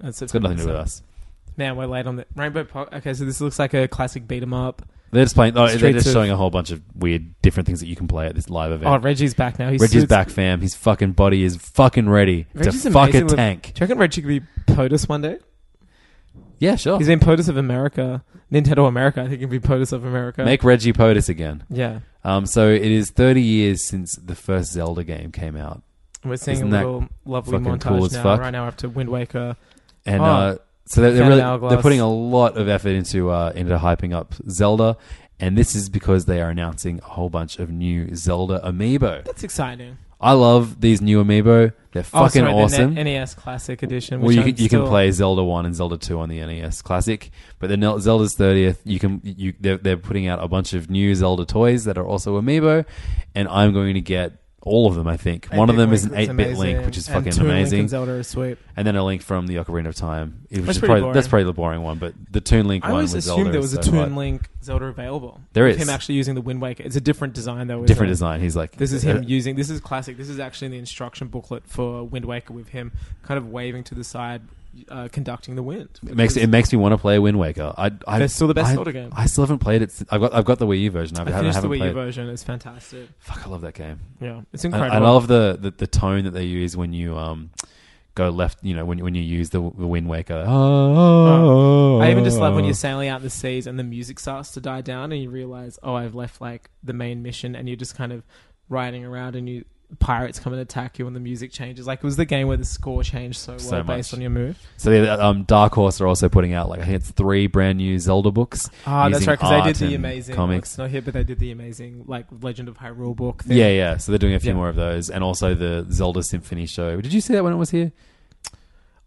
S5: That's
S4: It's got nothing to do with us.
S5: Man, we're late on the Rainbow Park. Okay, so this looks like a classic beat 'em up.
S4: They're just playing. Oh, they're
S5: Streets
S4: just
S5: of-
S4: showing a whole bunch of weird, different things that you can play at this live event.
S5: Oh, Reggie's back now. He's
S4: Reggie's back, fam. His fucking body is fucking ready
S5: Reggie's
S4: to fuck a
S5: amazing with-
S4: tank.
S5: Do you reckon Reggie could be POTUS one day?
S4: Yeah, sure.
S5: He's been POTUS of America, Nintendo America. I think he can be POTUS of America.
S4: Make Reggie POTUS again.
S5: yeah,
S4: Um, so it is 30 years since the first Zelda game came out,
S5: And we're seeing
S4: Isn't
S5: a
S4: that
S5: little lovely
S4: fucking
S5: montage
S4: cool as
S5: now.
S4: fuck?
S5: Right now, we're up to Wind Waker.
S4: and
S5: Oh.
S4: uh, so they're, they're
S5: Found
S4: really
S5: an hourglass.
S4: they're putting a lot of effort into uh, into hyping up Zelda, and this is because they are announcing a whole bunch of new Zelda amiibo.
S5: That's exciting.
S4: I love these new amiibo. They're
S5: Oh,
S4: fucking
S5: sorry, the
S4: awesome.
S5: N- NES Classic Edition.
S4: well,
S5: Which
S4: you
S5: I'm
S4: can, you can
S5: still-
S4: play Zelda One and Zelda Two on the NES Classic, but the Nel- Zelda's thirtieth, you can you they're, they're putting out a bunch of new Zelda toys that are also amiibo, and I'm going to get all of them. I think one of
S5: 8-bit
S4: them is an
S5: Link, it's
S4: eight-bit link,
S5: amazing,
S4: which is
S5: and
S4: fucking
S5: two Link and
S4: amazing,
S5: Zelda is sweet.
S4: and then a link from the Ocarina of Time. Which
S5: That's
S4: is
S5: pretty
S4: probably,
S5: boring.
S4: that's probably the boring one, but the Toon Link
S5: I
S4: one
S5: always
S4: with
S5: assumed
S4: Zelda
S5: there
S4: is
S5: was a
S4: so
S5: Toon
S4: hot.
S5: Link Zelda available.
S4: There
S5: With
S4: is.
S5: Him actually using the Wind Waker. It's a different design though. isn't
S4: different
S5: it?
S4: design. He's like
S5: This is
S4: uh,
S5: him using. This is classic. This is actually in the instruction booklet for Wind Waker with him kind of waving to the side, uh, conducting the wind.
S4: It makes it makes me want to play Wind Waker. I, I
S5: They're still the best
S4: I,
S5: Zelda game.
S4: I still haven't played it. since- I've got I've got the Wii U version. I've,
S5: I
S4: I haven't
S5: finished the
S4: haven't
S5: Wii U
S4: played.
S5: version. It's fantastic.
S4: Fuck, I love that game.
S5: Yeah, it's
S4: And
S5: incredible.
S4: I love the, the the tone that they use when you um go left. You know when when you use the the Wind "Ah, Waker. Oh,
S5: I even just love when you're sailing out in the seas and the music starts to die down and you realize, oh, I've left like the main mission and you're just kind of riding around and you pirates come and attack you and the music changes. Like it was the game where the score changed so well
S4: So much.
S5: based on your move.
S4: So yeah, um, Dark Horse are also putting out like I think it's three brand new Zelda books.
S5: Ah, that's
S4: using
S5: right, because they
S4: art
S5: did the
S4: and
S5: amazing
S4: comics.
S5: It's not here, but they did the amazing like Legend of Hyrule book. Thing.
S4: Yeah, yeah. So they're doing a few
S5: Yeah.
S4: more of those, and also the Zelda Symphony show. Did you see that when it was here?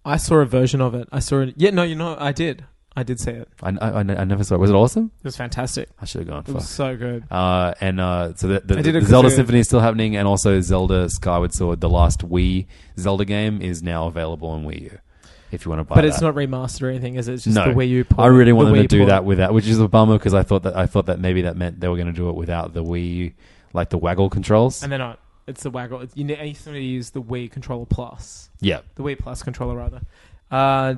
S5: I saw a version of it. I saw it. Yeah, no, you know, I did. I did see it.
S4: I, I, I I never saw it. Was it awesome?
S5: It was fantastic.
S4: I should have gone.
S5: It
S4: Fuck.
S5: was so good.
S4: Uh, and uh, so the, the,
S5: I did it
S4: the
S5: 'cause
S4: Zelda
S5: it-
S4: Symphony is still happening, and also Zelda Skyward Sword, the last Wii Zelda game, is now available on Wii U. If you want to buy,
S5: But it's
S4: that.
S5: not remastered or anything, is it? It's just
S4: no.
S5: the Wii U port.
S4: I really want
S5: the
S4: them to
S5: Wii
S4: do
S5: port.
S4: that with that, which is a bummer because I thought that I thought that maybe that meant they were going to do it without the Wii, like the waggle controls.
S5: And they're not. It's the waggle. It's, you, ne- you still need to use the Wii controller plus,
S4: yeah,
S5: the Wii Plus controller rather. Uh,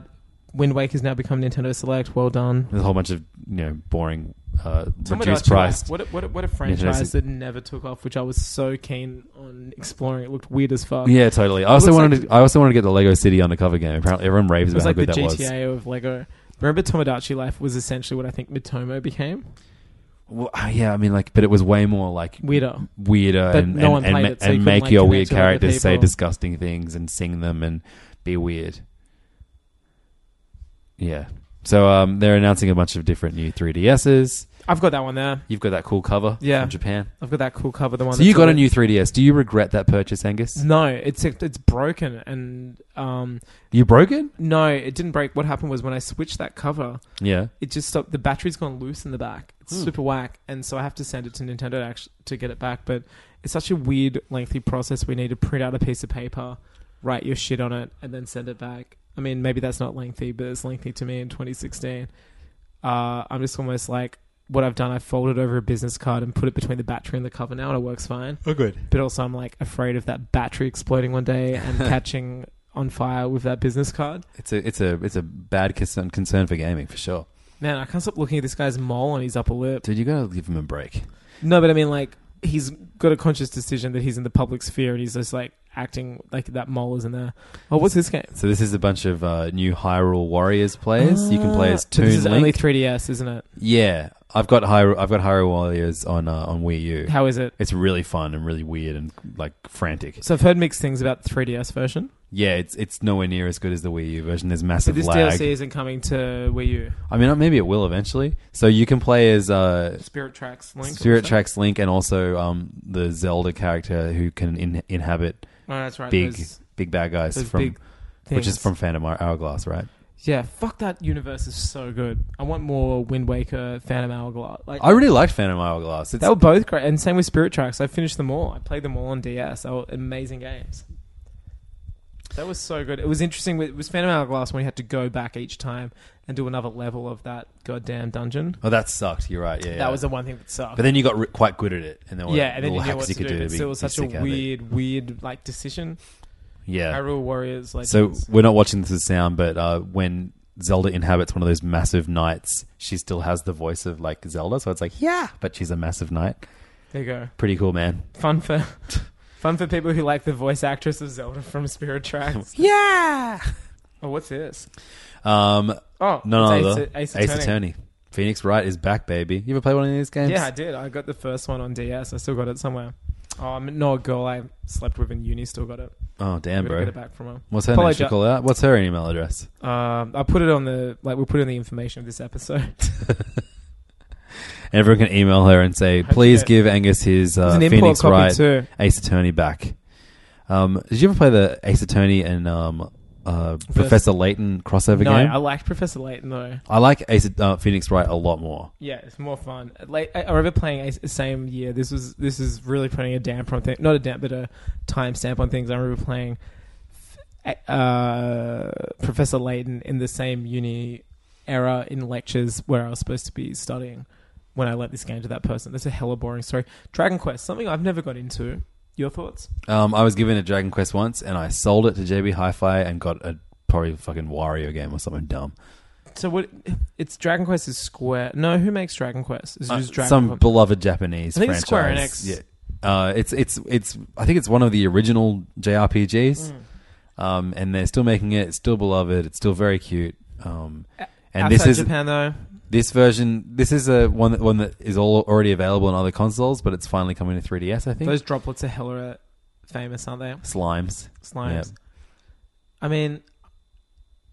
S5: Wind Waker's now become Nintendo Select. Well done.
S4: there's a whole bunch of you know boring, uh, reduced
S5: Tomodachi,
S4: priced.
S5: What a, what, a, what a franchise that never took off, which I was so keen on exploring. It looked weird as fuck.
S4: Yeah, totally. I also
S5: looks
S4: wanted
S5: like-
S4: to. I also wanted to get the Lego City undercover game. Apparently, everyone raves
S5: it was
S4: about
S5: like
S4: how
S5: the
S4: good that was.
S5: GTA of Lego. Remember Tomodachi Life was essentially what I think Mitomo became?
S4: Well, yeah, I mean, like, but it was way more like
S5: Weirdo.
S4: weirder
S5: But
S4: and,
S5: no
S4: and-
S5: one
S4: and,
S5: played
S4: ma-
S5: it, so you
S4: and
S5: couldn't,
S4: make
S5: like,
S4: your
S5: connect
S4: weird
S5: to other
S4: characters say
S5: people.
S4: disgusting things and sing them and be weird. Yeah. So um, they're announcing a bunch of different new 3DSs.
S5: I've got that one there.
S4: You've got that cool cover
S5: Yeah.
S4: from Japan.
S5: I've got that cool cover. The one.
S4: So you
S5: that's
S4: got a
S5: already-
S4: new 3DS. Do you regret that purchase, Angus?
S5: No, it's it's broken and um
S4: You broke it?
S5: no, it didn't break. What happened was when I switched that cover,
S4: Yeah.
S5: it just stopped. The battery's gone loose in the back. It's super whack, and so I have to send it to Nintendo to, actually, to get it back. But it's such a weird, lengthy process. We need to print out a piece of paper, write your shit on it, and then send it back. I mean, maybe that's not lengthy, but it's lengthy to me in 2016. Uh, I'm just almost like what I've done. I folded over a business card and put it between the battery and the cover now, and it works fine.
S4: Oh, good.
S5: But also, I'm like afraid of that battery exploding one day and catching on fire with that business card.
S4: It's a it's a it's a bad concern, concern for gaming for sure.
S5: Man, I can't stop looking at this guy's mole on his upper lip.
S4: Dude, you gotta give him a break.
S5: No, but I mean, like, he's got a conscious decision that he's in the public sphere and he's just like acting like that mole is in there. Oh, what's this game?
S4: So this is a bunch of uh, new Hyrule Warriors players. you can play as
S5: So
S4: Toon
S5: Uh, This is
S4: Link.
S5: only 3DS, isn't it?
S4: Yeah, I've got Hyrule. I've got Hyrule Warriors on uh, on Wii U.
S5: How is it?
S4: It's really fun and really weird and like frantic.
S5: So I've heard mixed things about the 3DS version.
S4: Yeah, it's it's nowhere near as good as the Wii U version. There's
S5: So
S4: massive
S5: this
S4: lag.
S5: DLC isn't coming to Wii U.
S4: I mean, maybe it will eventually. So you can play as uh,
S5: Spirit Tracks Link.
S4: Spirit Tracks Link and also um, the Zelda character who can in- inhabit
S5: Oh, that's right.
S4: big
S5: those-
S4: big bad guys
S5: those
S4: from
S5: big
S4: which is
S5: things.
S4: from Phantom Hour- Hourglass, right?
S5: Yeah, fuck that universe is so good. I want more Wind Waker, Phantom Hourglass. Like
S4: I really liked Phantom Hourglass. It's,
S5: they were both great, and same with Spirit Tracks. I finished them all. I played them all on DS. They were amazing games. That was so good. It was interesting. It was Phantom Hourglass when you had to go back each time and do another level of that goddamn dungeon.
S4: oh, that sucked. You're right. Yeah, yeah.
S5: That was the one thing that sucked.
S4: But then you got re- quite good at it, and there were
S5: yeah, and then you
S4: little
S5: knew
S4: hacks
S5: what
S4: you
S5: to
S4: could do. to
S5: do. But
S4: be-
S5: still,
S4: be
S5: such a
S4: sick at it.
S5: weird, weird like decision.
S4: Yeah,
S5: Hyrule Warriors. Like
S4: So we're not watching this as sound, but uh, when Zelda inhabits one of those massive knights, she still has the voice of like Zelda. So it's like, yeah, but she's a massive knight.
S5: there you go.
S4: Pretty cool, man.
S5: Fun for. Fun for people who like the voice actress of Zelda from Spirit Tracks.
S4: Yeah.
S5: Oh, what's this?
S4: Um,
S5: Oh,
S4: no,
S5: it's
S4: no,
S5: Ace, Ace Attorney.
S4: Phoenix Wright is back, baby. You ever play one of these games?
S5: Yeah, I did. I got the first one on DS. I still got it somewhere. Oh, I'm no a girl I slept with in uni still got it.
S4: Oh damn,
S5: I'm gonna
S4: bro.
S5: get it back from her.
S4: What's her name? Should we
S5: Apologi-
S4: call her out? What's her email address?
S5: Um, I put it on the like we'll put it in the information of this episode.
S4: And everyone can email her and say,
S5: How'd you
S4: please
S5: get-
S4: give Angus his uh,
S5: an import
S4: Phoenix
S5: copy
S4: Wright
S5: too.
S4: Ace Attorney back. Um, did you ever play the Ace Attorney and um, uh, Professor Layton crossover
S5: No,
S4: game?
S5: I liked Professor Layton though.
S4: I like Ace uh, Phoenix Wright a lot more.
S5: Yeah, it's more fun. Like I I remember playing Ace the same year. This was this is really putting a damper on things. Not a damp, but a timestamp on things. I remember playing uh, Professor Layton in the same uni era in lectures where I was supposed to be studying. When I lent this game to that person, that's a hella boring story. Dragon Quest, something I've never got into. Your thoughts?
S4: Um, I was given a Dragon Quest once, and I sold it to JB Hi-Fi and got a probably fucking Wario game or something dumb.
S5: So what? It's Dragon Quest is Square. No, who makes Dragon Quest? It's
S4: Uh,
S5: just Dragon
S4: some
S5: Quest.
S4: beloved Japanese.
S5: I think it's Square
S4: franchise.
S5: Enix.
S4: Yeah, uh, it's it's it's. I think it's one of the original
S5: Mm.
S4: JRPGs, um, and they're still making it. It's still beloved. It's still very cute. Um, and this
S5: Outside
S4: is
S5: Japan though.
S4: this version. This is a one that, one that is all already available on other consoles, but it's finally coming to 3DS. I think
S5: Those droplets are hella famous, aren't they?
S4: slimes.
S5: Slimes. I mean,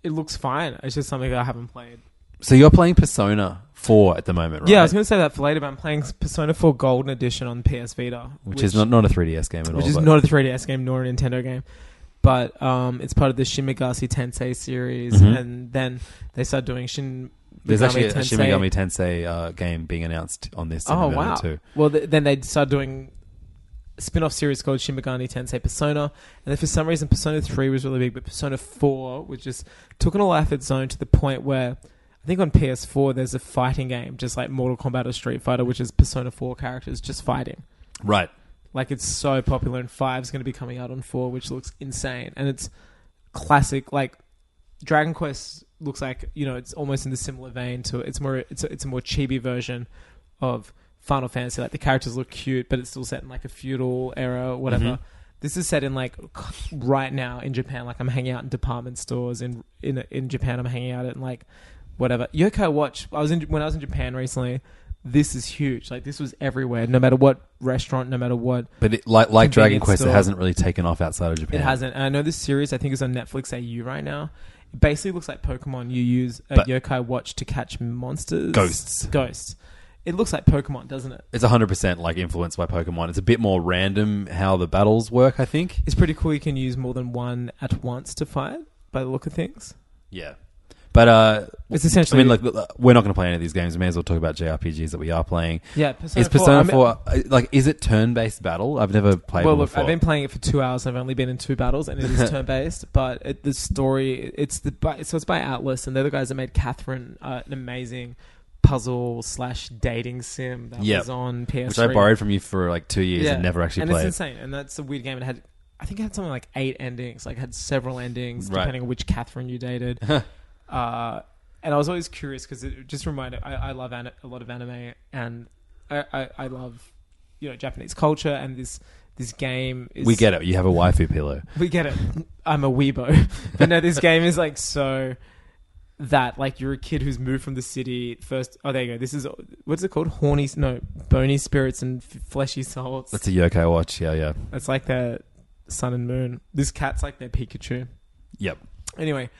S5: it looks fine. It's just something that I haven't played.
S4: So you're playing Persona Four at the moment, right?
S5: Yeah, I was going to say that for later, but I'm playing Persona 4 Golden Edition on PS Vita,
S4: which, is not, not a 3DS game at all.
S5: which is
S4: but-
S5: not a 3DS game nor a Nintendo game. But um, it's part of the Shin Megami Tensei series,
S4: Mhm.
S5: and then they start doing Shin.
S4: There's
S5: Megami
S4: actually a
S5: Tensei.
S4: Shin Megami Tensei uh, game being announced on this. in
S5: Oh
S4: November
S5: wow!
S4: Too.
S5: Well, th- then they start doing a spin-off series called Shin Megami Tensei Persona, and then for some reason Persona Three was really big, but Persona Four was just took on a life of its own to the point where I think on PS4 there's a fighting game just like Mortal Kombat or Street Fighter, which is Persona Four characters just fighting.
S4: Right.
S5: Like it's so popular, and Five's going to be coming out on Four, which looks insane, and it's classic. Like Dragon Quest looks like you know it's almost in the similar vein to it's more it's a, it's a more chibi version of Final Fantasy. Like the characters look cute, but it's still set in like a feudal era, or whatever. This is set in like right now in Japan. Like I'm hanging out in department stores in in in Japan. I'm hanging out at like whatever Yoko Watch. I was in when I was in Japan recently. This is huge. Like this was everywhere. No matter what restaurant, no matter what
S4: But it, like like Dragon
S5: Convenience
S4: Quest, it
S5: store.
S4: hasn't really taken off outside of Japan.
S5: It hasn't. And I know this series, I think, is on Netflix AU right now. It basically looks like Pokemon. You use a
S4: But-
S5: yokai watch to catch monsters.
S4: Ghosts.
S5: Ghosts. It looks like Pokemon, doesn't it?
S4: It's hundred percent like influenced by Pokemon. It's a bit more random how the battles work. I think.
S5: It's pretty cool. You can use more than one at once to fight, by the look of things.
S4: Yeah, but uh,
S5: It's essentially-
S4: I mean, like uh, we're not going to play any of these games. We may as well talk about JRPGs that we are playing.
S5: Yeah, Persona
S4: is Persona
S5: 4,
S4: Four uh, like is it turn-based battle? I've never played.
S5: well,
S4: one
S5: look,
S4: before.
S5: I've been playing it for two hours. I've only been in two battles, and it is turn based. But it, the story, it's the by, so it's by Atlas, and they're the guys that made Catherine, uh, an amazing puzzle slash dating sim that
S4: Yep.
S5: was on PS.
S4: which I borrowed from you for like two years and never actually
S5: and
S4: played.
S5: It's insane, and that's a weird game. It had, I think, it had something like eight endings. Like, it had several endings
S4: Right.
S5: depending on which Catherine you dated. uh, and I was always curious because it just reminded. I, I love an, a lot of anime, and I, I, I love you know Japanese culture, and this this game. Is,
S4: We get it. You have a waifu pillow.
S5: we get it. I'm a weebo. but no, this game is like so that like you're a kid who's moved from the city first. Oh, there you go. This is what's it called? Horny, no, bony spirits and f- fleshy souls.
S4: That's a yokai watch. Yeah, yeah,
S5: It's like their sun and moon. This cat's like their Pikachu.
S4: yep.
S5: Anyway,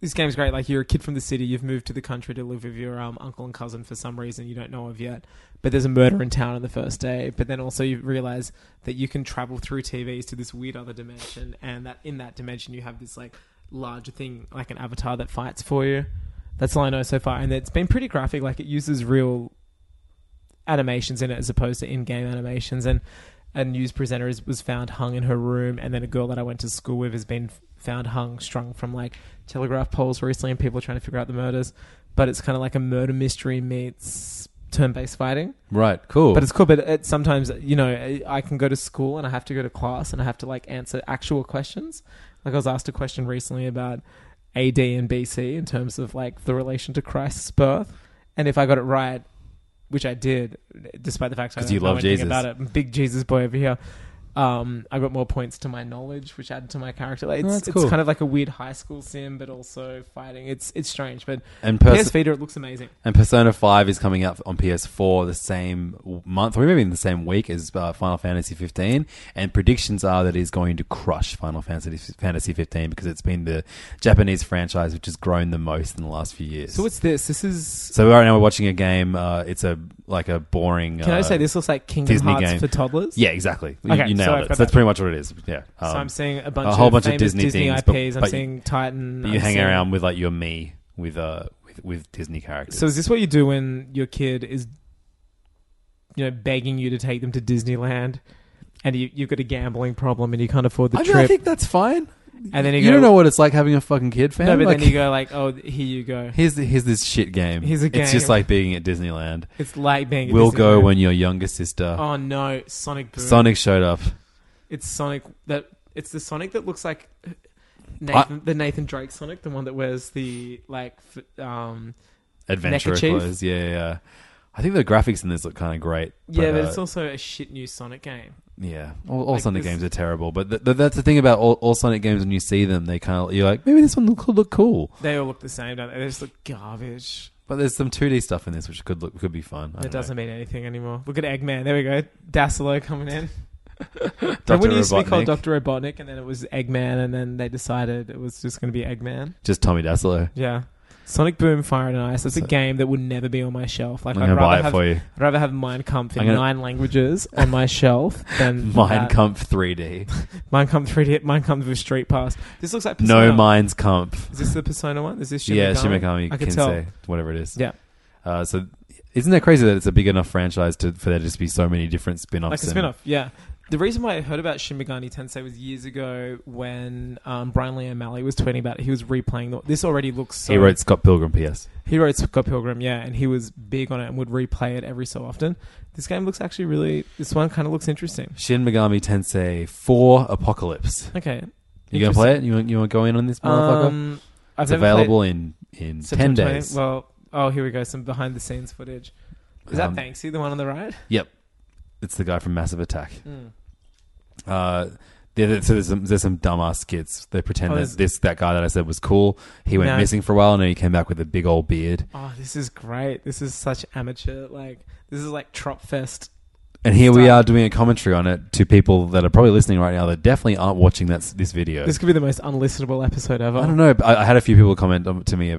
S5: this game's great. Like you're a kid from the city, you've moved to the country to live with your um, uncle and cousin for some reason you don't know of yet. But there's a murder in town on the first day. But then also you realize that you can travel through TVs to this weird other dimension, and that in that dimension you have this like larger thing, like an avatar that fights for you. That's all I know so far, and it's been pretty graphic. Like it uses real animations in it as opposed to in-game animations. And a news presenter is, was found hung in her room, and then a girl that I went to school with has been f- found hung, strung from like telegraph poles recently, and people are trying to figure out the murders. But it's kind of like a murder mystery meets turn-based fighting.
S4: Right, cool.
S5: But it's cool. But it, sometimes, you know, I- I can go to school and I have to go to class and I have to like answer actual questions. Like I was asked a question recently about AD and BC in terms of like the relation to Christ's birth, and if I got it right, which I did, despite the fact I
S4: 'Cause
S5: don't
S4: you
S5: know
S4: love
S5: anything
S4: Jesus.
S5: about it, I'm a big Jesus boy over here. Um, I got more points to my knowledge, which added to my character. Like, it's
S4: that's cool.
S5: it's kind of like a weird high school sim, but also fighting. It's it's strange, but
S4: And pers-
S5: PS Vita it looks amazing.
S4: And Persona 5 is coming out on PS4 the same w- month, or maybe in the same week as uh, Final Fantasy 15. And predictions are that it is going to crush Final Fantasy Fantasy 15 because it's been the Japanese franchise which has grown the most in the last few years.
S5: So what's this? This is.
S4: So right now we're watching a game. Uh, it's a like a boring.
S5: Can
S4: uh,
S5: I say this looks like Kingdom
S4: Disney
S5: Hearts
S4: game.
S5: for toddlers?
S4: Yeah, exactly. You-
S5: Okay,
S4: you nailed nailed
S5: I've
S4: it.
S5: got
S4: So that's
S5: that.
S4: pretty much what it is. Yeah.
S5: So
S4: Um,
S5: I'm seeing a bunch,
S4: a whole
S5: of,
S4: bunch of
S5: famous
S4: Disney
S5: Disney,
S4: things,
S5: IPs.
S4: but- but
S5: I'm
S4: you-
S5: seeing Titan.
S4: you
S5: I'm
S4: hang
S5: seeing-
S4: around with like your me with uh with, with Disney characters.
S5: So is this what you do when your kid is, you know, begging you to take them to Disneyland, and you, you've got a gambling problem and you can't afford the
S4: I, mean,
S5: trip,
S4: I think that's fine.
S5: and then you,
S4: You,
S5: go,
S4: don't know what it's like having a fucking kid, fam.
S5: no, but
S4: Like,
S5: then you go like, oh, here you go.
S4: here's the, here's this shit game.
S5: Here's a
S4: It's just
S5: game.
S4: like being at Disneyland.
S5: It's like being. at
S4: we'll go
S5: Disneyland.
S4: when your younger sister
S5: Oh no, Sonic Boom!
S4: Sonic showed up.
S5: It's Sonic that it's the Sonic that looks like Nathan, the Nathan Drake Sonic, the one that wears the like f- um
S4: Adventure
S5: Neckerchief?
S4: clothes. Yeah, yeah, yeah. I think the graphics in this look kind of great.
S5: yeah, but
S4: uh,
S5: it's also a shit new Sonic game.
S4: yeah. All, all
S5: like
S4: Sonic
S5: this-
S4: games are terrible, but th- th- that's the thing about all, all Sonic games. When you see them, they kind of you're like, maybe this one could look cool.
S5: They all look the same, don't they? They just look garbage.
S4: But there's some 2D stuff in this which could look could be fun. I
S5: It
S4: don't know.
S5: doesn't mean anything anymore. Look at Eggman. There we go. Dassilo coming in.
S4: Dr.
S5: And when it used to be called
S4: Robotnik.
S5: Doctor Robotnik, and then it was Eggman, and then they decided it was just going to be Eggman.
S4: Just Tommy Dassler.
S5: Yeah. Sonic Boom, Fire and Ice. That's a
S4: So-
S5: game that would never be on my shelf. Like
S4: I'm
S5: I'd
S4: gonna
S5: rather
S4: buy it
S5: have
S4: for you.
S5: I'd rather have Mind Comp in
S4: I'm gonna-
S5: nine languages on my shelf than
S4: Mind
S5: that.
S4: Comp 3D.
S5: Mind Comp 3D, Mind Comp with Street Pass. This looks like Persona.
S4: No Minds Comp.
S5: Is this the Persona one? Is this Shin
S4: yeah,
S5: Megami?
S4: Shimikami
S5: I could
S4: Tensei,
S5: tell.
S4: whatever it is.
S5: Yeah.
S4: Uh, so isn't that crazy that it's a big enough franchise to for there to just be so many different spin-offs?
S5: Like a
S4: and-
S5: spin off, yeah. The reason why I heard about Shin Megami Tensei was years ago when um, Brian Lee O'Malley was tweeting about it. He was replaying the, this. Already looks so
S4: He wrote Scott Pilgrim. P.S.
S5: he wrote Scott Pilgrim, yeah, and he was big on it and would replay it every so often. This game looks actually really. This one kind of looks interesting.
S4: Shin Megami Tensei 4 Apocalypse.
S5: Okay,
S4: You gonna play it? You want, you want to go in on this motherfucker?
S5: Um, I've
S4: it's
S5: never
S4: available in in
S5: played
S4: ten
S5: September 20
S4: days.
S5: Well, oh, here we go. Some behind the scenes footage. Is that
S4: Um,
S5: Banksy, the one on the right?
S4: Yep, it's the guy from Massive Attack.
S5: Hmm.
S4: Uh, there- there- so there's some, there's some dumbass skits. They pretend
S5: Oh,
S4: that
S5: there's-
S4: this that guy that I said was cool. He went
S5: No.
S4: missing for a while, and then he came back with a big old beard.
S5: Oh, this is great. This is such amateur. Like this is like Trop Fest.
S4: And here we
S5: Stop.
S4: are doing a commentary on it to people that are probably listening right now that definitely aren't watching that, s- this video.
S5: This could be the most unlistenable episode ever.
S4: I don't know. but I, I had a few people comment um, to me.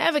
S6: Ever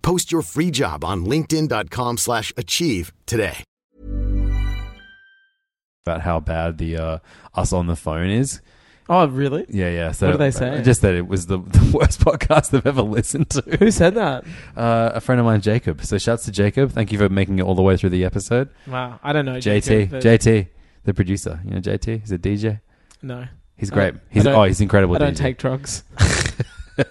S1: Post your free job on linkedin.com/achieve slash achieve today.
S4: About how bad the uh, us on the phone is,
S5: Oh, really?
S4: yeah, yeah. So
S5: What did they say?
S4: Just that it was the, the worst podcast they've ever listened to.
S5: Who said that?
S4: Uh, a friend of mine, Jacob. So shouts to Jacob. Thank you for making it all the way through the episode.
S5: Wow, I don't know.
S4: JT,
S5: Jacob, uh, but-
S4: JT, the producer. You know JT. He's a DJ.
S5: No,
S4: He's
S5: I
S4: great.
S5: don't-
S4: He's
S5: I don't-
S4: oh, he's incredible.
S5: I don't
S4: DJ.
S5: take drugs. I don't.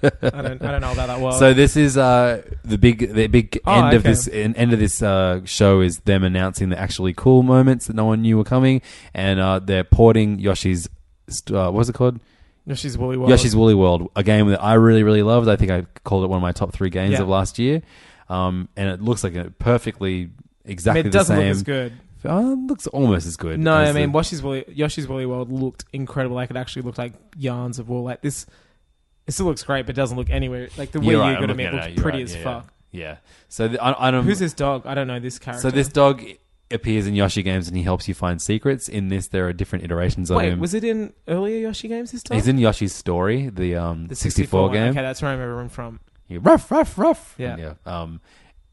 S5: I don't know about that world.
S4: So this is uh, the big the big
S5: Oh,
S4: end of
S5: okay.
S4: this en- end of this uh, show is them announcing the actually cool moments that no one knew were coming, and uh, they're porting Yoshi's st- uh, what's it called
S5: Yoshi's Woolly World.
S4: Yoshi's Woolly World, a game that I really really loved. I think I called it one of my top three games
S5: Yeah.
S4: of last year, um, and it looks like a perfectly
S5: I
S4: exactly
S5: mean, it
S4: the
S5: doesn't
S4: same.
S5: look as good.
S4: Uh, it looks almost as good.
S5: No,
S4: as
S5: I mean,
S4: the,
S5: Yoshi's Woolly, Yoshi's Woolly World looked incredible. Like it actually looked like yarns of wool. Like this, it still looks great, but it doesn't look anywhere like the way
S4: you're
S5: you
S4: right,
S5: got
S4: I'm
S5: to make
S4: looking at
S5: looks
S4: it, you're
S5: pretty
S4: right,
S5: as
S4: yeah,
S5: fuck.
S4: Yeah. yeah. So the, I, I don't.
S5: Who's this dog? I don't know this character.
S4: So this dog appears in Yoshi games and he helps you find secrets. In this, there are different iterations of
S5: Wait,
S4: him.
S5: was it in earlier Yoshi games this time?
S4: He's in Yoshi's story, the um,
S5: the
S4: 64,
S5: one.
S4: game.
S5: Okay, that's where I remember him from.
S4: He, ruff, ruff, ruff.
S5: Yeah.
S4: And, yeah. Um,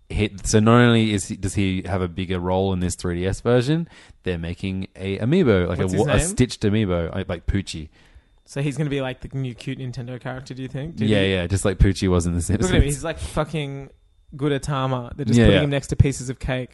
S4: he, so not only is he, does he have a bigger role in this 3DS version, they're making a amiibo, like a,
S5: What's his
S4: wa- a
S5: name?
S4: stitched amiibo, uh, like- like Poochie.
S5: So he's going to be like the new cute Nintendo character, do you think? Did
S4: yeah,
S5: he-
S4: yeah, just like Poochie was in The
S5: Look
S4: Simpsons.
S5: at him. He's like fucking Gudetama. They're just
S4: Yeah,
S5: putting
S4: yeah.
S5: him next to pieces of cake.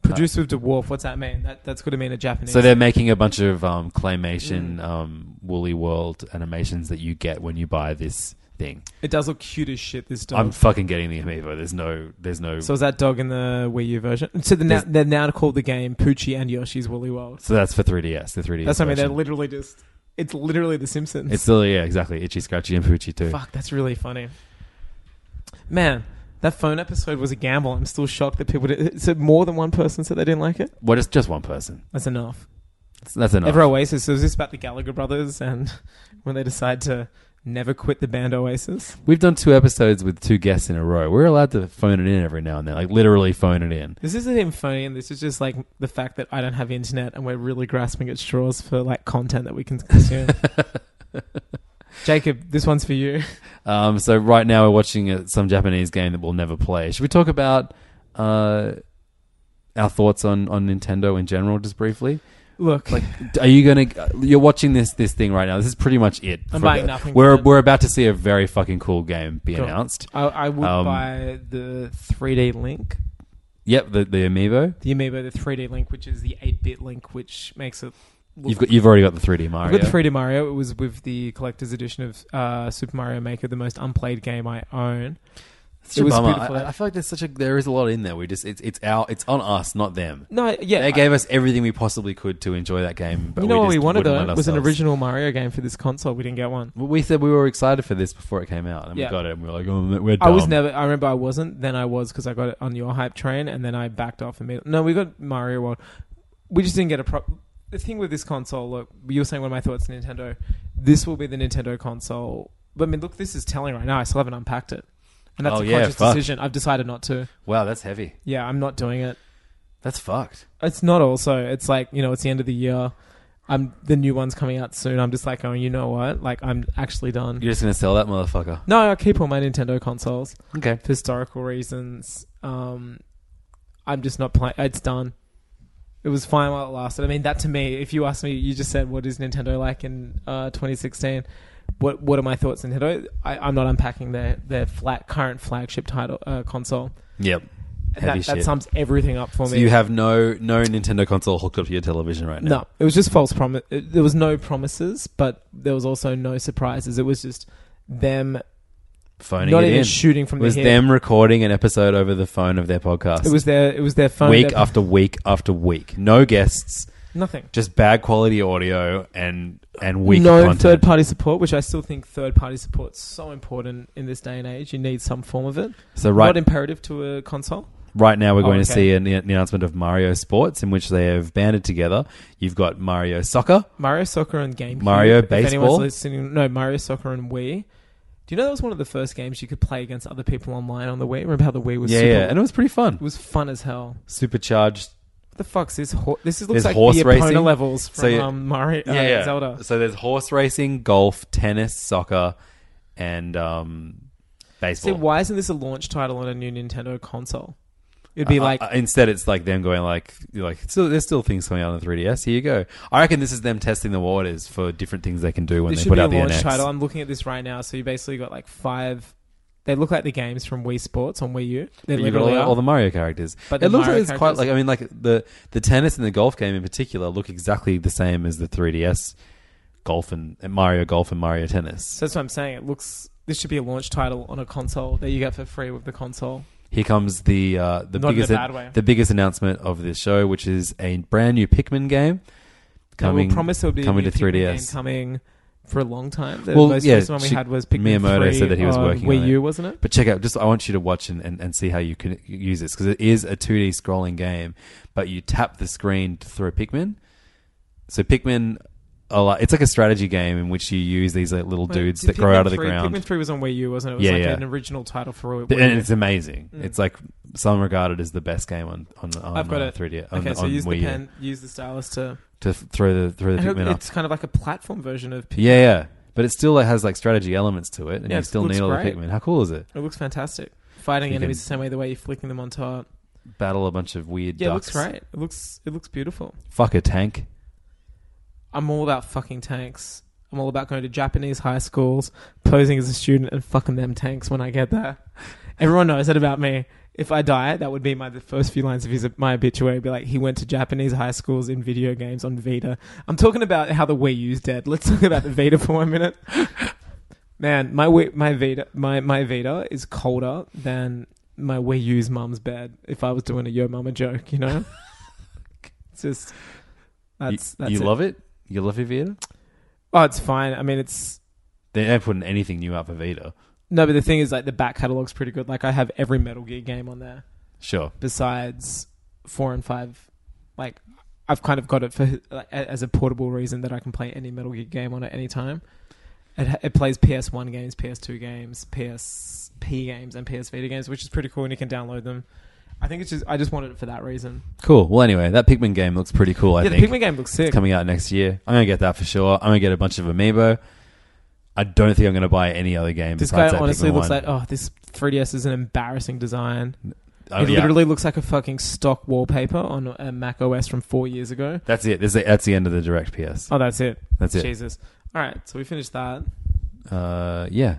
S5: Produced with dwarf. What's that mean? That, that's got to mean a Japanese.
S4: so they're making a bunch of um,
S5: Mm.
S4: claymation, um, Woolly World animations that you get when you buy this thing.
S5: it does look cute as shit, this dog.
S4: I'm fucking getting the amiibo. There's no, there's no.
S5: so
S4: So,
S5: is that dog in the Wii U version? So they're now,
S4: There's-
S5: they're now called the game Poochie and Yoshi's Woolly World.
S4: that's for 3DS. The 3DS.
S5: That's what I mean. They're
S4: version.
S5: literally just. It's literally The Simpsons.
S4: It's still yeah, exactly. Itchy, scratchy, and Poochie too.
S5: Fuck, that's really funny. Man, that phone episode was a gamble. I'm still shocked that people. Did, so more than one person said they didn't like it.
S4: Well, just just one person.
S5: That's enough.
S4: That's, that's enough.
S5: Ever Oasis. So is this about the Gallagher brothers and when they decide to never quit the band Oasis?
S4: We've done two episodes with two guests in a row. We're allowed to phone it in every now and then, like literally phone it in.
S5: This isn't even funny, and this is just like the fact that I don't have internet, and we're really grasping at straws for like content that we can consume. Jacob, this one's for you.
S4: Um, so right now we're watching uh some Japanese game that we'll never play. Should we talk about uh, our thoughts on, on Nintendo in general, just briefly?
S5: Look,
S4: Like, d- are you gonna? You're watching this this thing right now. This is pretty much it.
S5: I'm
S4: for
S5: buying
S4: the-
S5: nothing
S4: We're
S5: for it.
S4: we're about to see a very fucking cool game be
S5: Cool.
S4: announced.
S5: I, I would
S4: Um,
S5: buy the 3D Link.
S4: Yep, the the amiibo.
S5: the Amiibo, the 3D Link, which is the 8-bit Link, which makes it. Look,
S4: You've got you've already got the 3D
S5: I've
S4: Mario.
S5: got the 3D Mario. It was with the collector's edition of uh, Super Mario Maker, the most unplayed game I own.
S4: Such a
S5: It was
S4: bummer.
S5: beautiful.
S4: I, I feel like there's such a there is a lot in there. We just it's it's our it's on us, not them.
S5: No, yeah,
S4: They
S5: I-
S4: gave us everything we possibly could to enjoy that game. But
S5: you know
S4: we
S5: what we
S4: just
S5: wanted
S4: wouldn't
S5: though
S4: let
S5: was an
S4: ourselves.
S5: original Mario game for this console. We didn't get one.
S4: Well, We said we were excited for this before it came out, and
S5: Yeah.
S4: we got it, and we were like, "Oh, we're
S5: I was
S4: dumb.
S5: never. I remember I wasn't. Then I was because I got it on your hype train, and then I backed off immediately. No, we got Mario World. We just didn't get a pro. The thing with this console, look, you were saying one of my thoughts. Nintendo. This will be the Nintendo console. But I mean, look, this is telling right now. I still haven't unpacked it, and that's
S4: Oh,
S5: a
S4: yeah,
S5: conscious
S4: fuck.
S5: decision. I've decided not to.
S4: Wow, that's heavy.
S5: Yeah, I'm not doing it.
S4: That's fucked.
S5: It's not. Also, it's like you know, it's the end of the year. I'm the new one's coming out soon. I'm just like going. You know what? Like I'm actually done.
S4: You're just gonna sell that motherfucker.
S5: No, I keep all my Nintendo consoles
S4: Okay.
S5: for historical reasons. Um, I'm just not playing. It's done. It was fine while it lasted. I mean, that to me, if you ask me, you just said, "What is Nintendo like in uh, 2016?" What What are my thoughts on Nintendo? I, I'm not unpacking their their flat current flagship title uh, console.
S4: Yep.
S5: And
S4: Heavy
S5: that, that
S4: shit.
S5: sums everything up for
S4: so
S5: me.
S4: you have no no Nintendo console hooked up to your television right now.
S5: no, it was just false promise. There was no promises, but there was also no surprises. It was just them
S4: Phoning
S5: not
S4: it
S5: even
S4: in.
S5: shooting from
S4: It was
S5: the hip.
S4: them recording an episode over the phone of their podcast.
S5: It was their it was their phone.
S4: week
S5: their-
S4: after week after week. No guests.
S5: nothing.
S4: just bad quality audio and and weak
S5: no
S4: content.
S5: third party support, which I still think third party support's so important in this day and age. You need some form of it.
S4: so
S5: Not
S4: right
S5: imperative to a console.
S4: right now we're
S5: Oh,
S4: going to
S5: okay.
S4: see an, an announcement of Mario Sports in which they have banded together. You've got Mario Soccer.
S5: Mario Soccer and GameCube.
S4: Mario
S5: If anyone's
S4: Baseball?
S5: listening, no Mario Soccer and Wii. Do you know that was one of the first games you could play against other people online on the Wii? Remember how the Wii was?
S4: yeah,
S5: super,
S4: yeah, and it was pretty fun.
S5: it was fun as hell.
S4: Supercharged.
S5: What the fuck's this? Ho- this is, looks
S4: There's
S5: like
S4: horse
S5: the
S4: racing.
S5: opponent levels
S4: So
S5: from
S4: you-
S5: um, Mario uh, Zelda.
S4: So there's horse racing, golf, tennis, soccer, and um,
S5: See,
S4: baseball.
S5: why isn't this a launch title on a new Nintendo console? It'd be
S4: Uh,
S5: like
S4: uh, instead, it's like them going like like so there's still things coming out on the 3ds. Here you go. I reckon this is them testing the waters for different things they can do when
S5: this
S4: they
S5: should
S4: put
S5: be a
S4: out the
S5: launch
S4: NX.
S5: title. I'm looking at this right now. So you basically got like five. They look like the games from Wii Sports on Wii U. They
S4: But you've got all,
S5: literally are.
S4: all the Mario characters.
S5: But
S4: it
S5: the
S4: looks
S5: Mario
S4: like it's quite
S5: characters-
S4: like I mean, like the the tennis and the golf game in particular look exactly the same as the 3DS golf and, and Mario golf and Mario tennis.
S5: so that's what I'm saying. It looks. This should be a launch title on a console that you get for free with the console.
S4: Here comes the uh, the
S5: Not in a
S4: biggest
S5: bad way.
S4: the biggest announcement of this show, which is a brand new Pikmin game
S5: Now,
S4: coming.
S5: we'll promise there'll be
S4: coming
S5: a
S4: to
S5: new Pikmin
S4: 3DS.
S5: game coming for a long time. The
S4: Well,
S5: most
S4: yeah,
S5: recent one we
S4: she-
S5: had was Pikmin
S4: Miyamoto
S5: 3
S4: said that he was
S5: on
S4: working on
S5: Wii
S4: it.
S5: U, wasn't it?
S4: But check out just I want you to watch and, and, and see how you can use this because it is a 2D scrolling game, but you tap the screen to throw Pikmin. So Pikmin a lot. It's like a strategy game in which you use these like, little dudes that
S5: Pikmin
S4: grow out of the
S5: 3
S4: ground.
S5: Pikmin 3 was on Wii U, wasn't it? It was
S4: Yeah,
S5: like
S4: yeah.
S5: an original title for Wii
S4: Th-
S5: U.
S4: and it's amazing. It's like some regard it as the best game on on, on
S5: Mm. I've got
S4: uh,
S5: it.
S4: 3D. On,
S5: okay, so
S4: on
S5: use
S4: Wii
S5: the
S4: U
S5: pen, use the stylus to.
S4: to f- throw the throw the
S5: I hope
S4: Pikmin up.
S5: it's kind of like a platform version of Pikmin.
S4: Yeah, yeah, but it still like, has like strategy elements to it, and
S5: Yeah,
S4: you
S5: it
S4: still
S5: looks
S4: need all the
S5: great.
S4: Pikmin. How cool is it?
S5: It looks fantastic. Fighting
S4: You can-
S5: enemies the same way the way you're flicking them on top.
S4: Battle a bunch of weird
S5: Yeah, it
S4: ducks.
S5: looks great. It looks it looks beautiful.
S4: Fuck a tank.
S5: I'm all about fucking tanks. I'm all about going to Japanese high schools, posing as a student, and fucking them tanks when I get there. Everyone knows that about me. If I die, that would be my the first few lines of his my obituary. It'd be like he went to Japanese high schools in video games on Vita. I'm talking about how the Wii U's dead. Let's talk about the Vita for one minute. Man, my Wii, my Vita my my Vita is colder than my Wii U's mum's bed. If I was doing a yo mama joke, you know, it's just
S4: You-
S5: that's that's
S4: you
S5: it.
S4: love it. You love Evita.
S5: Oh, it's fine. I mean, it's
S4: They ain't putting anything new out for Vita.
S5: no, but the thing is, like, the back catalog's pretty good. Like, I have every Metal Gear game on there
S4: Sure.
S5: besides four and five. Like, I've kind of got it for like, a- as a portable reason that I can play any Metal Gear game on at any time. It, ha- it plays PS1 games, PS2 games, PSP games, and PS Vita games, which is pretty cool, and you can download them. I think it's just I just wanted it for that reason.
S4: Cool. Well, anyway, that Pikmin game looks pretty cool. I
S5: yeah,
S4: think
S5: the Pikmin game looks
S4: it's
S5: sick.
S4: coming out next year. I'm gonna get that for sure. I'm gonna get a bunch of amiibo. I don't think I'm gonna buy any other game
S5: This guy
S4: besides that
S5: honestly
S4: Pikmin
S5: looks
S4: one.
S5: like oh, this 3DS is an embarrassing design.
S4: Oh,
S5: it
S4: yeah.
S5: literally looks like a fucking stock wallpaper on a Mac OS from four years ago.
S4: That's it. This is- that's the end of the direct PS.
S5: Oh, that's it.
S4: That's it.
S5: Jesus. All right, so we finished that.
S4: Uh, yeah,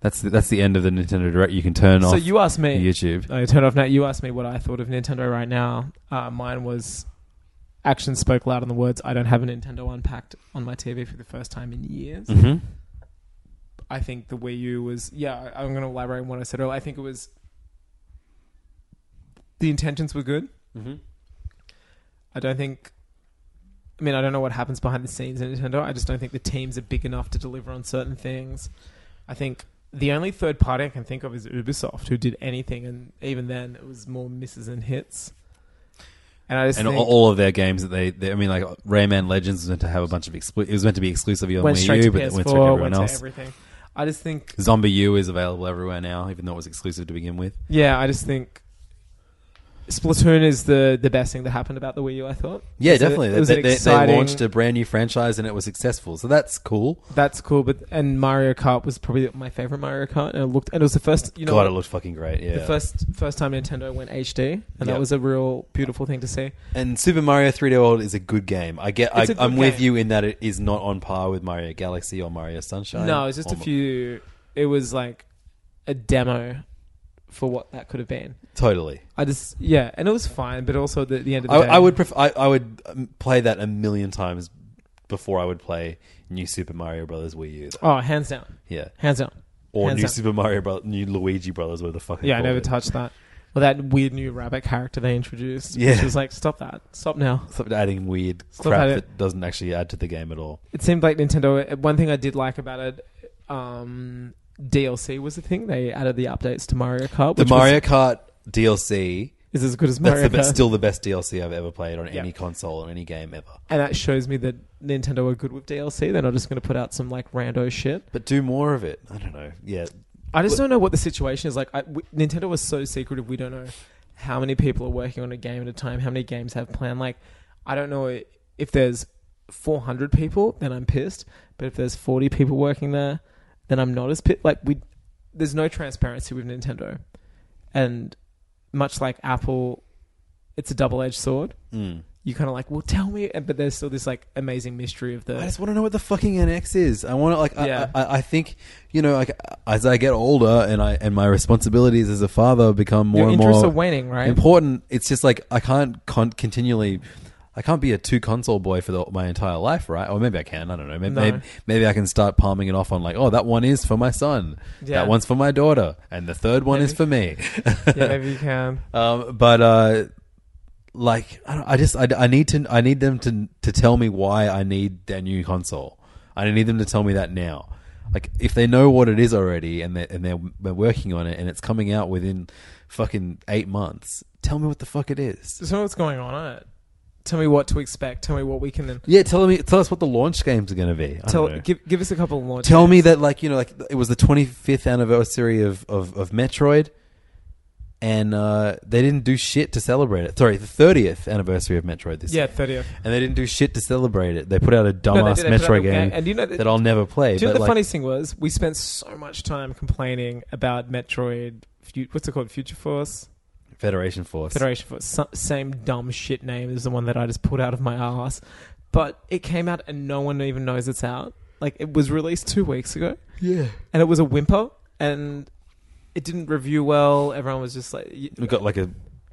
S4: that's the, that's the end of the Nintendo Direct. You can turn
S5: so
S4: off
S5: you asked me.
S4: YouTube.
S5: I turned off now. You asked me what I thought of Nintendo right now. Uh, mine was action spoke louder than words. I don't have a Nintendo unpacked on my TV for the first time in years.
S4: Mm-hmm.
S5: I think the Wii U was yeah. I- I'm going to elaborate on what I said earlier. I think it was the intentions were good.
S4: Mhm.
S5: I don't think. I mean, I don't know what happens behind the scenes in Nintendo. I just don't think the teams are big enough to deliver on certain things. I think the only third party I can think of is Ubisoft, who did anything, and even then, it was more misses and hits. And I just
S4: and
S5: think
S4: all, all of their games that they, they, I mean, like Rayman Legends was meant to have a bunch of exclu- it was meant to be exclusively on
S5: went
S4: Wii
S5: straight
S4: U,
S5: to
S4: but
S5: PS4,
S4: it went straight to everyone
S5: went
S4: else.
S5: to everything. I just think
S4: Zombie U is available everywhere now, even though it was exclusive to begin with.
S5: Yeah, I just think Splatoon is the the best thing that happened about the Wii U. I thought.
S4: Yeah,
S5: It's a-
S4: definitely.
S5: it was
S4: they,
S5: an
S4: they- they
S5: exciting-
S4: launched a brand new franchise and it was successful, so that's cool.
S5: That's cool, but and Mario Kart was probably my favorite Mario Kart, and it looked and it was the first. You know,
S4: God,
S5: what?
S4: it looked fucking great. Yeah,
S5: the first first time Nintendo went HD, and
S4: Yeah.
S5: that was a real beautiful thing to see.
S4: and Super Mario 3D World is a good game. I get, I,
S5: It's a good
S4: I'm with
S5: game.
S4: you in that it is not on par with Mario Galaxy or Mario Sunshine.
S5: No, it was just
S4: or
S5: a few. It was like a demo for what that could have been.
S4: Totally,
S5: I just yeah, and it was fine, but also at the, the end of the
S4: I,
S5: day,
S4: I would pref- I, I would um, play that a million times before I would play New Super Mario Brothers Wii U. Though.
S5: Oh, hands down,
S4: Yeah,
S5: hands down.
S4: or
S5: Hands
S4: New
S5: up.
S4: Super Mario Brothers, New Luigi Brothers, whatever the fuck. They
S5: Yeah, I
S4: called
S5: never
S4: it.
S5: touched that. Well, that weird new rabbit character they introduced.
S4: Yeah.
S5: Which was like, stop that. Stop now.
S4: Stop adding weird
S5: Stop
S4: crap
S5: adding-
S4: that doesn't actually add to the game at all.
S5: It seemed like Nintendo. uh, One thing I did like about it, um, DLC was the thing. They added the updates to Mario Kart.
S4: The
S5: which
S4: Mario
S5: was,
S4: Kart DLC.
S5: is as good as
S4: That's
S5: Mario
S4: the best,
S5: Kart.
S4: still the best DLC I've ever played on
S5: Yeah.
S4: any console on any game ever.
S5: and that shows me that Nintendo are good with DLC. They're not just going to put out some like rando shit.
S4: But do more of it. I don't know. Yeah,
S5: I just don't know what the situation is. Like, I, w- Nintendo was so secretive. We don't know how many people are working on a game at a time. How many games have planned? Like, I don't know i- if there's 400 people, then I'm pissed. But if there's 40 people working there, then I'm not as pissed. Like, we there's no transparency with Nintendo, and much like Apple, it's a double edged sword.
S4: Mm.
S5: You kind of like, well, tell me, and- but there's still this like amazing mystery of the.
S4: I just want to know what the fucking NX is. I want to like.
S5: Yeah.
S4: I, I, I think you know, like as I get older and I and my responsibilities as a father become more
S5: your
S4: and
S5: interests
S4: more
S5: are waning, right?
S4: important. It's just like I can't con- continually. I can't be a two console boy for the, my entire life, right? Or maybe I can. I don't know. Maybe,
S5: No.
S4: maybe maybe I can start palming it off on like, oh, that one is for my son,
S5: Yeah.
S4: that one's for my daughter, and the third one is
S5: Maybe.
S4: for me.
S5: yeah, maybe you can.
S4: um, but uh, like, I, don't, I just I, I need to I need them to to tell me why I need their new console. I need them to tell me that now. Like, if they know what it is already and they're, and they're, they're working on it and it's coming out within fucking eight months, tell me what the fuck it is.
S5: So what's going on at it? Tell me what to expect. Tell me what we can then
S4: Yeah, tell me, tell us what the launch games are going to be. I
S5: tell.
S4: don't know.
S5: Give, give us a couple of launch.
S4: Tell me
S5: games.
S4: that, like you know, like it was the 25th anniversary of of, of Metroid, and uh, they didn't do shit to celebrate it. Sorry, the 30th anniversary of Metroid this
S5: Yeah,
S4: year,
S5: thirtieth.
S4: and they didn't do shit to celebrate it. They put out a dumbass
S5: did. They put out
S4: Metroid
S5: a
S4: game,
S5: game, and you know that-
S4: that I'll never play.
S5: Do you know
S4: but,
S5: what the
S4: like,
S5: funniest thing was? We spent so much time complaining about Metroid. Fu- What's it called? Future Force,
S4: Federation Force.
S5: Federation Force. Some, same dumb shit name as the one that I just pulled out of my ass. But it came out and no one even knows it's out. Like it was released two weeks ago.
S4: Yeah,
S5: and it was a whimper and it didn't review well everyone was just like y-
S4: we got like a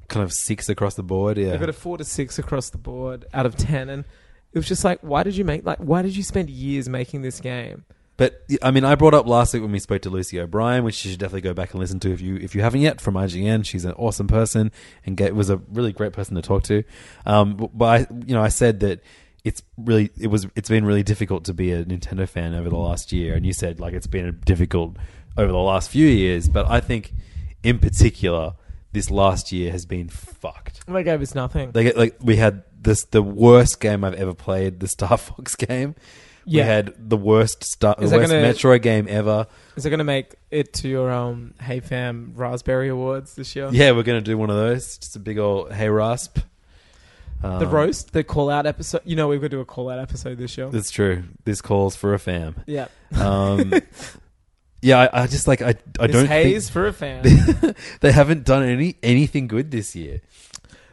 S4: kind of six across the board. Yeah,
S5: i got a four to six across the board out of ten and it was just like why did you make like why did you spend years making this game
S4: But I mean, I brought up last week when we spoke to Lucy O'Brien, which you should definitely go back and listen to if you if you haven't yet from IGN. She's an awesome person and get, was a really great person to talk to. Um, b- but I, you know, I said that it's really it was it's been really difficult to be a Nintendo fan over the last year, and you said like it's been difficult over the last few years. But I think in particular, this last year has been fucked.
S5: my game is nothing
S4: They get like we had this the worst game I've ever played, the Star Fox game.
S5: Yeah.
S4: We had the worst Star, the
S5: Is that
S4: worst
S5: gonna-
S4: Metroid game ever.
S5: is it going to make it to your um hey fam raspberry awards this year
S4: Yeah, we're gonna do one of those. Just a big old hey rasp. Um,
S5: the roast the call out episode you know we've got to do a call out episode this year
S4: That's true. This calls for a fam.
S5: yeah
S4: Um, yeah, I, I just like I I
S5: it's
S4: don't
S5: haze
S4: think
S5: for a fan
S4: they haven't done any anything good this year.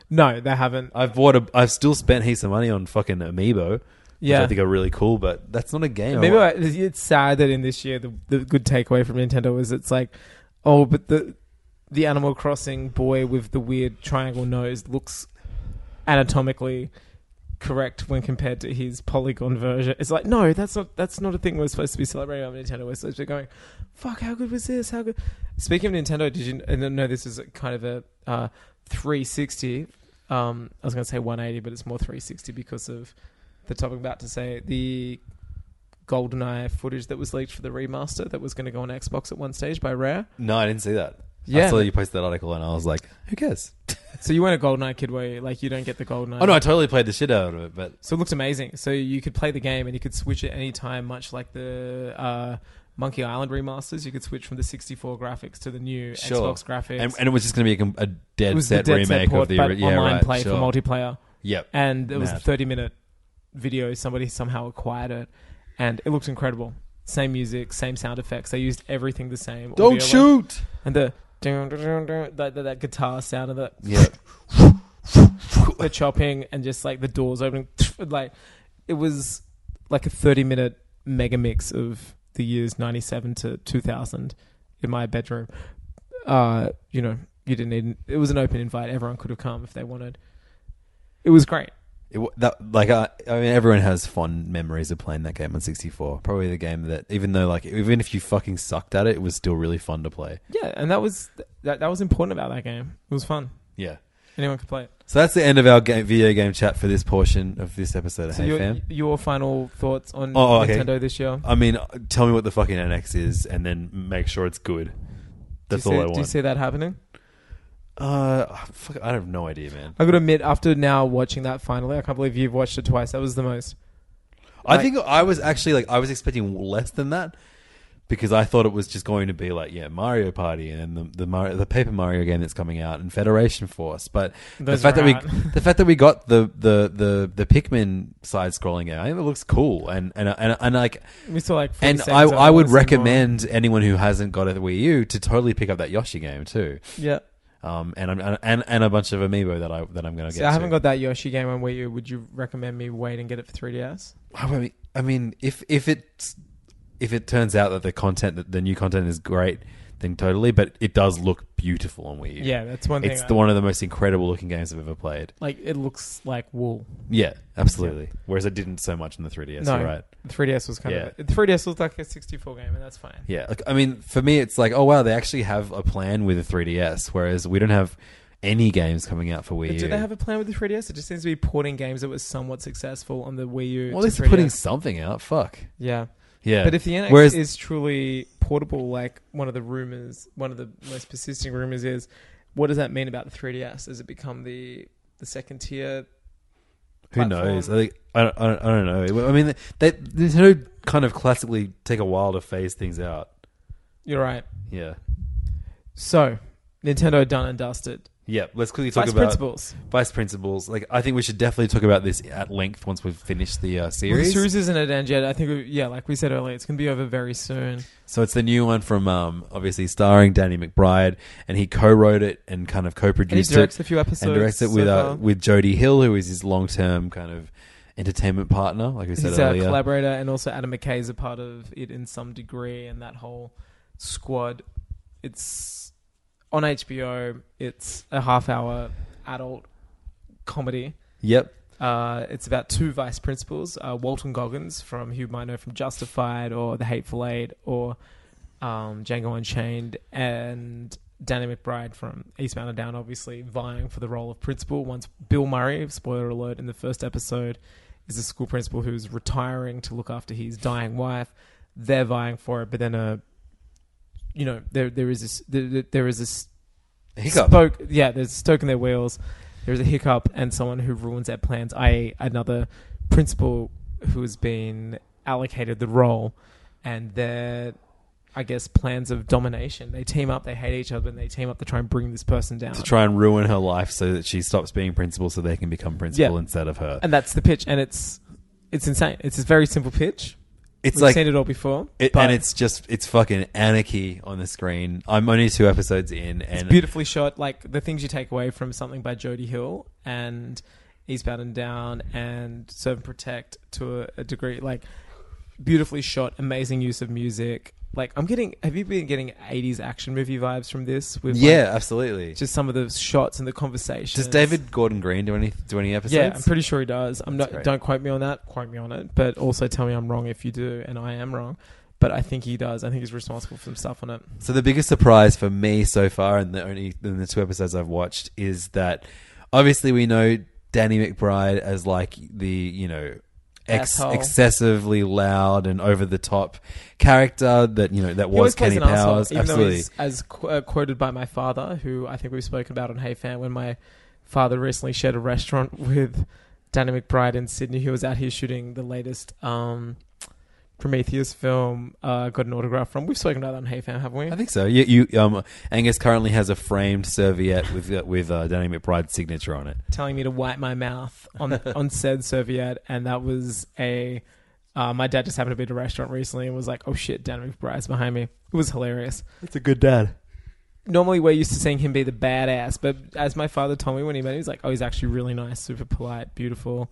S5: no they haven't
S4: I've bought a I've still spent heaps of money on fucking Amiibo. Which
S5: yeah
S4: I think are really cool, but that's not a game. I
S5: Maybe
S4: want.
S5: I- it's sad that in this year the, the good takeaway from Nintendo is it's like, oh, but the the Animal Crossing boy with the weird triangle nose looks anatomically correct when compared to his polygon version. It's like, no, that's not that's not a thing we're supposed to be celebrating on Nintendo. We're supposed to be going, fuck, how good was this? How good? Speaking of Nintendo, did you and I know this is a kind of a uh, 360? Um, I was going to say 180, but it's more 360 because of the topic I'm about to say. The GoldenEye footage that was leaked for the remaster that was going to go on Xbox at one stage by Rare.
S4: no, I didn't see that. I
S5: Yeah.
S4: saw you post that article, and I was like, who cares?
S5: So you weren't a GoldenEye kid, where you? Like you don't get the GoldenEye.
S4: Oh no, I totally played the shit out of it, but
S5: So it looked amazing. So you could play the game and you could switch at any time, much like the uh, Monkey Island remasters. You could switch from the 64 graphics to the new
S4: sure.
S5: Xbox graphics.
S4: and, and it was just going to be a com- a, dead
S5: it was
S4: set
S5: the Dead
S4: remake
S5: Set port,
S4: of the
S5: but
S4: ori- yeah,
S5: online
S4: right,
S5: play
S4: sure.
S5: for multiplayer.
S4: Yep,
S5: And it was a
S4: Mad.
S5: 30 minute video. Somebody somehow acquired it, and it looked incredible. Same music, same sound effects. They used everything the same. audio length. and the dun, dun, dun, dun, that, that, that guitar sound of the
S4: Yep.
S5: the chopping and just like the doors opening like it was like a 30 minute mega mix of the years 97 to 2000 in my bedroom uh you know you didn't need it was an open invite everyone could have come if they wanted it was great
S4: It, wa- that, like I, I mean, everyone has fond memories of playing that game on 64. Probably the game that, even though like, even if you fucking sucked at it, it was still really fun to play.
S5: yeah and that was that, that was important about that game it was fun
S4: Yeah.
S5: anyone could play it
S4: So that's the end of our game, video game chat for this portion of this episode of
S5: so
S4: Hey
S5: your,
S4: Fam.
S5: your final thoughts on
S4: Oh, okay.
S5: nintendo this year
S4: I mean, tell me what the fucking NX is, and then make sure it's good. That's
S5: do you
S4: all
S5: see,
S4: I want.
S5: do you see that happening
S4: uh, fuck, I have no idea, man.
S5: I gotta admit, after now watching that finally, I can't believe you've watched it twice. That was the most.
S4: I think I was actually like I was expecting less than that because I thought it was just going to be like yeah Mario Party and then the the, Mario, the Paper Mario game that's coming out and Federation Force, but
S5: Those
S4: the fact
S5: are
S4: that we
S5: out.
S4: the fact that we got the the the, the Pikmin side scrolling game, I think it looks cool and and and, and like
S5: We saw like. 40
S4: and I
S5: seconds of it,
S4: I would
S5: wanna see more.
S4: recommend anyone who hasn't got a Wii U to totally pick up that Yoshi game too,
S5: Yeah.
S4: um and I'm, and- and and a bunch of amiibo that I that I'm gonna get.
S5: See, I haven't
S4: to.
S5: got that Yoshi game on Wii U. Would you recommend me wait and get it for 3DS?
S4: I mean, I mean, if if it's if it turns out that the content that the new content is great, then totally. But it does look beautiful on Wii U.
S5: Yeah, that's one thing.
S4: it's
S5: I-
S4: the one of the most incredible looking games I've ever played.
S5: Like it looks like wool.
S4: Yeah, absolutely. Whereas I didn't so much in the 3DS.
S5: no,
S4: You're right.
S5: 3DS was kind
S4: Yeah.
S5: of. The 3DS looked like a 64 game, and that's fine.
S4: Yeah, like I mean, for me, it's like, oh wow, they actually have a plan with the 3DS, whereas we don't have any games coming out for Wii
S5: But
S4: U.
S5: do they have a plan with the 3DS? It just seems to be porting games that were somewhat successful on the Wii U.
S4: well,
S5: to
S4: they're
S5: 3DS.
S4: putting something out. Fuck.
S5: Yeah.
S4: Yeah,
S5: But if the NX
S4: Whereas-
S5: is truly portable, like one of the rumors, one of the most persisting rumors is, what does that mean about the 3DS? Does it become the the second tier
S4: Who
S5: platform.
S4: knows? I, think, I, don't, I don't- I don't know. I mean, they, Nintendo kind of classically take a while to phase things out.
S5: You're right.
S4: Yeah.
S5: So, Nintendo done and dusted.
S4: Yeah. Let's quickly talk
S5: Vice
S4: about
S5: principals.
S4: Vice principles. Like, I think we should definitely talk about this at length once we've finished the uh,
S5: Well, the
S4: series.
S5: series isn't at end yet. I think, we, yeah, like we said earlier, it's going to be over very soon.
S4: So it's the new one from um, obviously starring Danny McBride, and he co-wrote it and kind of
S5: And he
S4: co-produced
S5: directs
S4: it
S5: a few episodes.
S4: and directs it with
S5: so
S4: uh,
S5: far.
S4: with Jodie Hill, who is his long-term kind of entertainment partner, like we said
S5: He's a
S4: earlier.
S5: collaborator, and also Adam McKay is a part of it in some degree, and that whole squad. It's on HBO. It's a half-hour adult comedy.
S4: yep.
S5: Uh, it's about two vice principals, uh, Walton Goggins from who you might know from Justified or The Hateful Eight or um, Django Unchained, and Danny McBride from Eastbound and Down, obviously vying for the role of principal. Once Bill Murray, spoiler alert, in the first episode, is a school principal who's retiring to look after his dying wife. They're vying for it, but then a, you know, there there is this there, there- there is this
S4: Hiccup.
S5: spoke yeah they're stoking their wheels there's a hiccup and someone who ruins their plans i.e. another principal who has been allocated the role and their i guess plans of domination they team up they hate each other and they team up to try and bring this person down
S4: to try and ruin her life so that she stops being principal so they can become principal
S5: Yeah.
S4: instead of her.
S5: and that's the pitch and it's it's insane it's a very simple pitch
S4: It's
S5: we've
S4: like
S5: seen it all before
S4: it-
S5: but
S4: and it's just it's fucking anarchy on the screen. I'm only two episodes in
S5: it's
S4: and
S5: beautifully shot like the things you take away from something by Jodie Hill and Eastbound and Down and Serve and Protect to a, a degree like beautifully shot amazing use of music like I'm getting have you been getting 80s action movie vibes from this with like,
S4: yeah, absolutely. Just,
S5: just some of the shots and the conversations
S4: Does David Gordon Green do any do any episodes?
S5: yeah I'm pretty sure he does I'm
S4: That's
S5: not
S4: great.
S5: don't quote me on that quote me on it but also tell me I'm wrong if you do and I am wrong but I think he does I think he's responsible for some stuff on it
S4: So the biggest surprise for me so far, and the only in the two episodes I've watched, is that obviously we know Danny McBride as like the you know ex-
S5: Asshole.
S4: excessively loud and over the top character that you know that was
S5: always plays
S4: Kenny
S5: an asshole,
S4: Powers.
S5: even
S4: Absolutely,
S5: Though he's, as qu- uh, quoted by my father, who I think we've spoken about on Hey Fan, when my father recently shared a restaurant with Danny McBride in Sydney, who was out here shooting the latest um, Prometheus film, uh, got an autograph from. We've spoken about that on Hey Fan, haven't we?
S4: I think so. You, you um, Angus currently has a framed serviette with uh, with uh, Danny McBride's signature on it.
S5: Telling me to wipe my mouth on on said serviette, and that was a. Uh, my dad just happened to be at a restaurant recently and was like, "Oh shit, Danny McBride's behind me." It was hilarious.
S4: It's a good dad.
S5: normally we're used to seeing him be the badass, but as my father told me when he met him, he's like, oh, he's actually really nice, super polite, beautiful.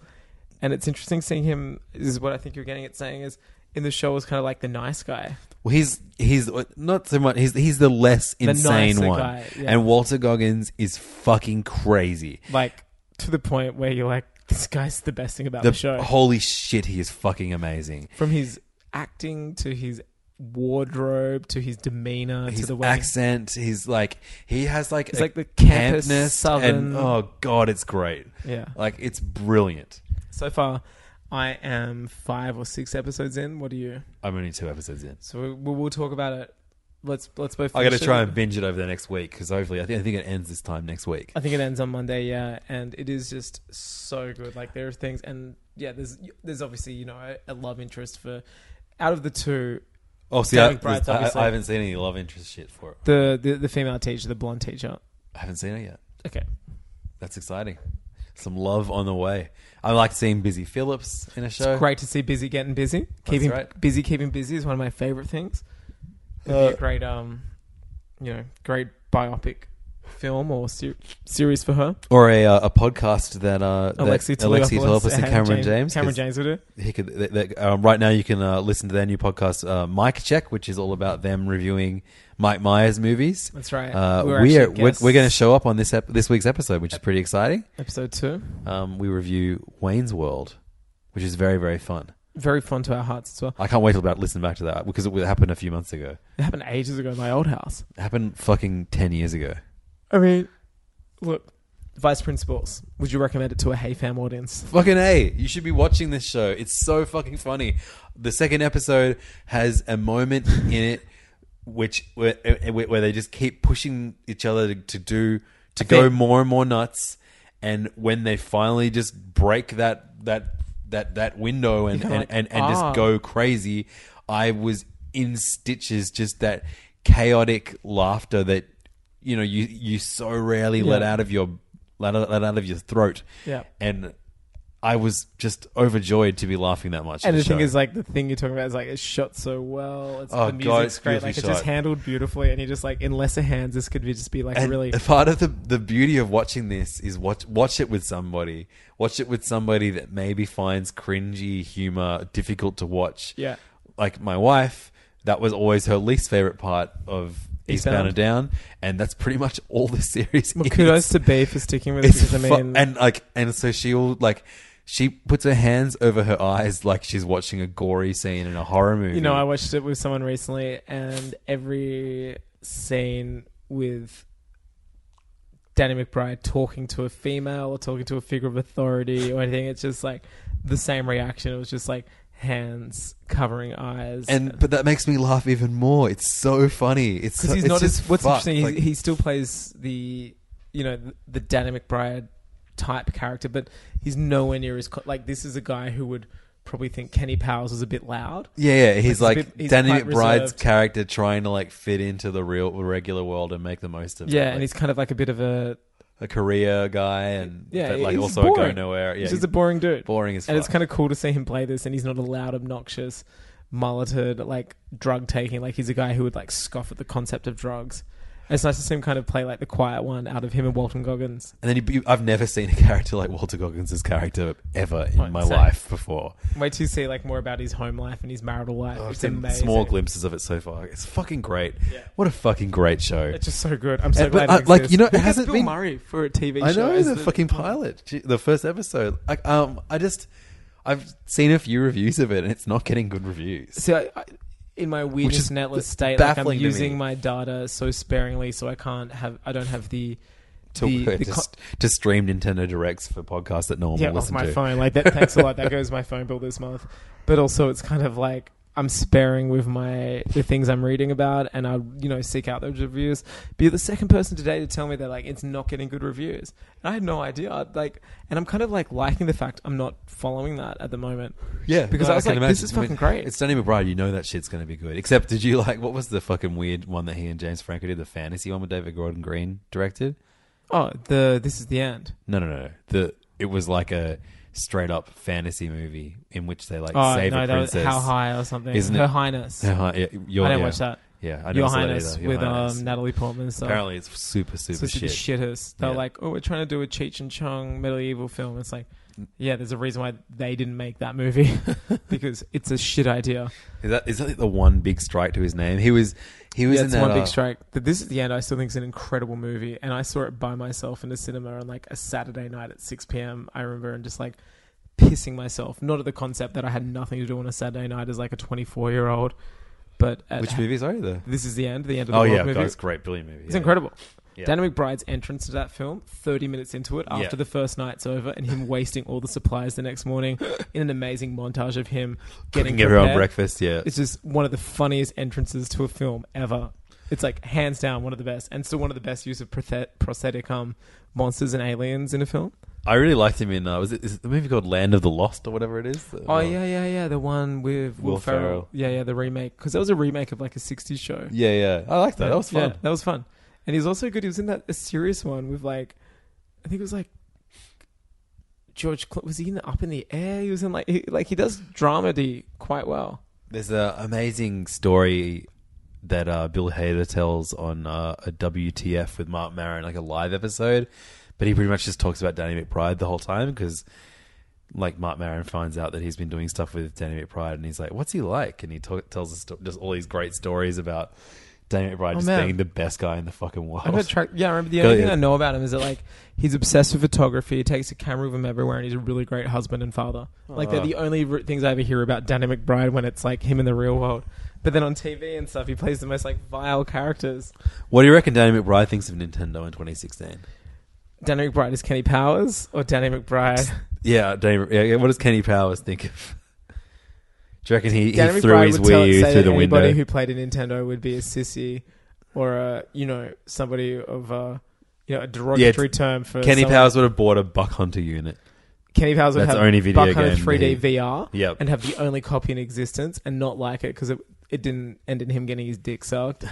S5: And it's interesting seeing him. This is what I think you're getting at saying is in the show was kind of like the nice guy.
S4: Well, he's he's uh, not so much. He's he's the less insane
S5: nicer
S4: one.
S5: guy, yeah.
S4: And Walter Goggins is fucking crazy.
S5: Like to the point where you're like, this guy's the best thing about the,
S4: The-
S5: show.
S4: holy shit, he is fucking amazing.
S5: From his acting to his wardrobe to his demeanor to
S4: His
S5: the way
S4: accent, he's like he has like
S5: He's
S4: a
S5: like the campus
S4: campness
S5: southern-
S4: and oh god, it's great.
S5: Yeah.
S4: like it's brilliant.
S5: So far, I am five or six episodes in. What are you?
S4: I'm only two episodes in.
S5: So we, we- we'll talk about it. Let's let's both.
S4: I got to
S5: finish it.
S4: try and binge it over the next week because hopefully, I think I think it ends this time next week.
S5: I think it ends on Monday, yeah, and it is just so good. Like there are things, and yeah, there's there's obviously you know a, a love interest for out of the two,
S4: Oh, see, I,
S5: Derek Bright's
S4: I,
S5: obviously-
S4: I haven't seen any love interest shit for it.
S5: the the, the female teacher, the blonde teacher.
S4: I haven't seen it yet.
S5: Okay,
S4: That's exciting. Some love on the way. I like seeing Busy Phillips in a show.
S5: great to see busy getting busy, keeping
S4: right. Uh,
S5: busy, keeping busy is one of my favorite things. It'd be a great um, you know, great biopic film or ser- series for her.
S4: Or a, uh, a podcast that uh, that
S5: Alexi
S4: Alexi Toliopoulos and Cameron James.
S5: Cameron
S4: 'cause
S5: James would do.
S4: He could, they, they- um, right now, you can uh, listen to their new podcast, uh, Mike Check, which is all about them reviewing Mike Myers movies.
S5: That's right.
S4: Uh,
S5: We're
S4: we are,
S5: actually
S4: we're, we're going to
S5: guests.
S4: show up on this ep- this week's episode, which is pretty exciting.
S5: Episode two,
S4: Um, we review Wayne's World, which is very very fun.
S5: very fond to our hearts as well.
S4: I can't wait till about listen back to that because it happened a few months ago.
S5: It happened ages ago in my old house.
S4: It happened fucking ten years ago.
S5: I mean, look, Vice Principals. Would you recommend it to a Hey Fam audience?
S4: Fucking A. You should be watching this show. It's so fucking funny. The second episode has a moment in it which where, where where they just keep pushing each other to, to do to go
S5: think-
S4: more and more nuts and when they finally just break that that that that window and
S5: You're
S4: and,
S5: kinda like,
S4: and, and
S5: ah.
S4: just go crazy, I was in stitches. Just that chaotic laughter that you know you you so rarely let
S5: Yeah.
S4: out of your let out, let out of your throat.
S5: Yeah.
S4: and. I was just overjoyed to be laughing that much. at
S5: And the
S4: the
S5: thing
S4: show.
S5: is, like, the thing you're talking about is like it's shot so well. It's,
S4: Oh,
S5: the
S4: God,
S5: music's
S4: it's
S5: great.
S4: beautifully
S5: Like, it's just
S4: shot.
S5: handled beautifully, and you're just like, in lesser hands, this could be just be like
S4: And
S5: really.
S4: part of the the beauty of watching this is watch watch it with somebody. Watch it with somebody that maybe finds cringy humor difficult to watch.
S5: Yeah.
S4: Like my wife, that was always her least favorite part of Eastbound,
S5: Eastbound.
S4: and Down, and that's pretty much all the series.
S5: Well,
S4: is.
S5: kudos to B for sticking with it
S4: It's
S5: because I
S4: fu-
S5: mean,
S4: and like and so she'll like she puts her hands over her eyes like she's watching a gory scene in a horror movie.
S5: you know, I watched it with someone recently, and every scene with Danny McBride talking to a female or talking to a figure of authority or anything, it's just like the same reaction. It was just like hands covering eyes,
S4: and but that makes me laugh even more. It's so funny. It's
S5: because
S4: so-
S5: he's
S4: it's
S5: not as
S4: just
S5: what's
S4: fucked.
S5: interesting.
S4: Like-
S5: he, he still plays the you know the, the Danny McBride type character, but he's nowhere near as co- like this is a guy who would probably think Kenny Powers is a bit loud.
S4: Yeah, yeah. He's
S5: Like,
S4: like,
S5: he's a bit- he's
S4: Danny
S5: quite
S4: McBride's
S5: reserved.
S4: character trying to like fit into the real regular world and make the most of it.
S5: Yeah,
S4: Like,
S5: and he's kind of like a bit of a
S4: a career guy and
S5: yeah,
S4: but, like
S5: he's
S4: also
S5: boring.
S4: a go nowhere. Yeah,
S5: he's
S4: he's
S5: just a boring dude.
S4: boring as fuck.
S5: and it's kind of cool to see him play this, and he's not a loud, obnoxious, mulleted, like drug taking. Like he's a guy who would like scoff at the concept of drugs. And It's nice to see him kind of play like the quiet one out of him and Walton Goggins.
S4: and then you, you- I've never seen a character like Walter Goggins' character ever in
S5: Oh,
S4: my
S5: same.
S4: life before.
S5: Wait till you see like more about his home life and his marital life.
S4: I've
S5: it's
S4: seen
S5: amazing.
S4: Oh, small glimpses of it so far. It's fucking great. What a fucking great show.
S5: It's just so good. I'm so
S4: And- but,
S5: glad.
S4: uh,
S5: it
S4: like,
S5: exists.
S4: you know, it
S5: Look at
S4: hasn't
S5: Bill
S4: been-
S5: Murray for a TV show.
S4: I know
S5: as
S4: the, fucking pilot, Gee, the first episode. Like, um, I just I've seen a few reviews of it, and it's not getting good reviews.
S5: See, I, I, in my weirdest netless state, like I'm
S4: baffling to me.
S5: using my data so sparingly, so I can't have. I don't have the.
S4: to,
S5: the- the
S4: just, to stream Nintendo Directs for podcasts that no one
S5: yeah,
S4: will
S5: off
S4: listen
S5: my
S4: to.
S5: phone. Like that thanks a lot. That goes my phone bill this month. But also, it's kind of like I'm sparing with my the things I'm reading about, and I you know seek out those reviews. But you're the second person today to tell me that like it's not getting good reviews, and I had no idea. I'd, Like, and I'm kind of like liking the fact I'm not following that at the moment.
S4: Yeah,
S5: because
S4: no,
S5: I was
S4: can
S5: like,
S4: imagine.
S5: this is
S4: I mean,
S5: fucking great.
S4: It's Danny McBride. You know that shit's going to be good. Except, did you like what was the fucking weird one that he and James Franco did? The fantasy one with David Gordon Green directed.
S5: oh, the this is the end.
S4: No, no, no. The it was like a straight up fantasy movie in which they like
S5: Oh
S4: save
S5: no,
S4: a
S5: that was
S4: princess.
S5: how high or something.
S4: Isn't
S5: Her
S4: it-
S5: Highness.
S4: Uh-huh, yeah, your,
S5: I don't
S4: yeah.
S5: watch that.
S4: Yeah, I never saw
S5: Your
S4: that
S5: Highness
S4: either. Your
S5: with
S4: Highness.
S5: Um, Natalie Portman. So.
S4: Apparently, it's super super shit.
S5: It's supposed to be shitters. They're
S4: Yeah.
S5: like, oh, we're trying to do a Cheech and Chong medieval film. It's like,
S4: Mm.
S5: yeah, there's a reason why they didn't make that movie because it's a shit idea.
S4: Is that is that like the one big strike to his name? He was he was
S5: Yeah,
S4: in
S5: it's
S4: that
S5: one
S4: uh,
S5: big strike. But this is the end. I still think it's an incredible movie, and I saw it by myself in a cinema on like a Saturday night at six p.m. I remember and just like pissing myself, not at the concept that I had nothing to do on a Saturday night as like a twenty-four-year-old, but at
S4: which movie? Sorry, the
S5: This is the end. The end of the
S4: oh
S5: world
S4: yeah,
S5: movie.
S4: God, it's a great, brilliant movie.
S5: It's
S4: Yeah.
S5: incredible.
S4: Yeah.
S5: Danny McBride's entrance to that film, 30 minutes into it,
S4: Yeah.
S5: after the first night's over, and him wasting all the supplies the next morning in an amazing montage of him getting
S4: Cooking everyone
S5: prepared.
S4: breakfast. Yeah,
S5: It's just one of the funniest entrances to a film ever. It's like hands down one of the best, and still one of the best use of prothet- prosthetic um, monsters and aliens in a film.
S4: I really liked him in. Uh, was it, is it the movie called Land of the Lost or whatever it is?
S5: Oh, yeah, yeah, yeah, the one with Will,
S4: Will
S5: Ferrell.
S4: Ferrell.
S5: Yeah, yeah, the remake because that was a remake of like a '60s show.
S4: yeah, yeah. I liked that. That was fun.
S5: Yeah, that was fun. And he was also good. He was in that a serious one with like, I think it was like George. Cl- was he in the Up in the Air? He was in like he, like he does dramedy quite well.
S4: There's an amazing story that uh, Bill Hader tells on uh, a WTF with Mark Maron, like a live episode. But he pretty much just talks about Danny McBride the whole time because, like, Mark Maron finds out that he's been doing stuff with Danny McBride, and he's like, "What's he like?" And he to- tells us sto- just all these great stories about Danny McBride just
S5: man.
S4: being the best guy in the fucking world.
S5: I got track. Yeah, I remember the
S4: Go
S5: only thing
S4: ahead.
S5: I know about him is that like he's obsessed with photography. He takes a camera with him everywhere, and he's a really great husband and father. Like they're the only r- things I ever hear about Danny McBride when it's like him in the real world. But then on TV and stuff, he plays the most like vile characters.
S4: what do you reckon Danny McBride thinks of Nintendo in 2016?
S5: Danny McBride is Kenny Powers or Danny McBride.
S4: Yeah, Danny, yeah, yeah, what does Kenny Powers think of? Do you reckon he, he
S5: Danny
S4: threw
S5: McBride
S4: his
S5: would tell,
S4: Wii U
S5: say
S4: through
S5: that
S4: the
S5: anybody
S4: window?
S5: who played a Nintendo would be a sissy or a you know somebody of uh, you know, a
S4: Yeah,
S5: derogatory term for
S4: Kenny
S5: someone-
S4: Powers would have bought a Buck Hunter unit.
S5: Kenny Powers would
S4: That's
S5: have
S4: the only video
S5: Buck Hunter
S4: game
S5: 3D
S4: that
S5: VR
S4: Yep.
S5: and have the only copy in existence and not like it because it, it didn't end in him getting his dick sucked.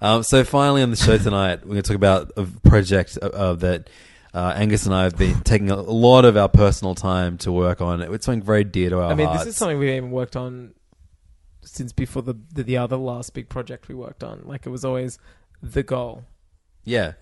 S4: Um, so finally on the show tonight, we're going to talk about a project uh, uh, that uh, Angus and I have been taking a lot of our personal time to work on. It's something very dear to our
S5: I mean,
S4: hearts.
S5: this is something we haven't worked on since before the, the the other last big project we worked on. Like it was always the goal,
S4: yeah.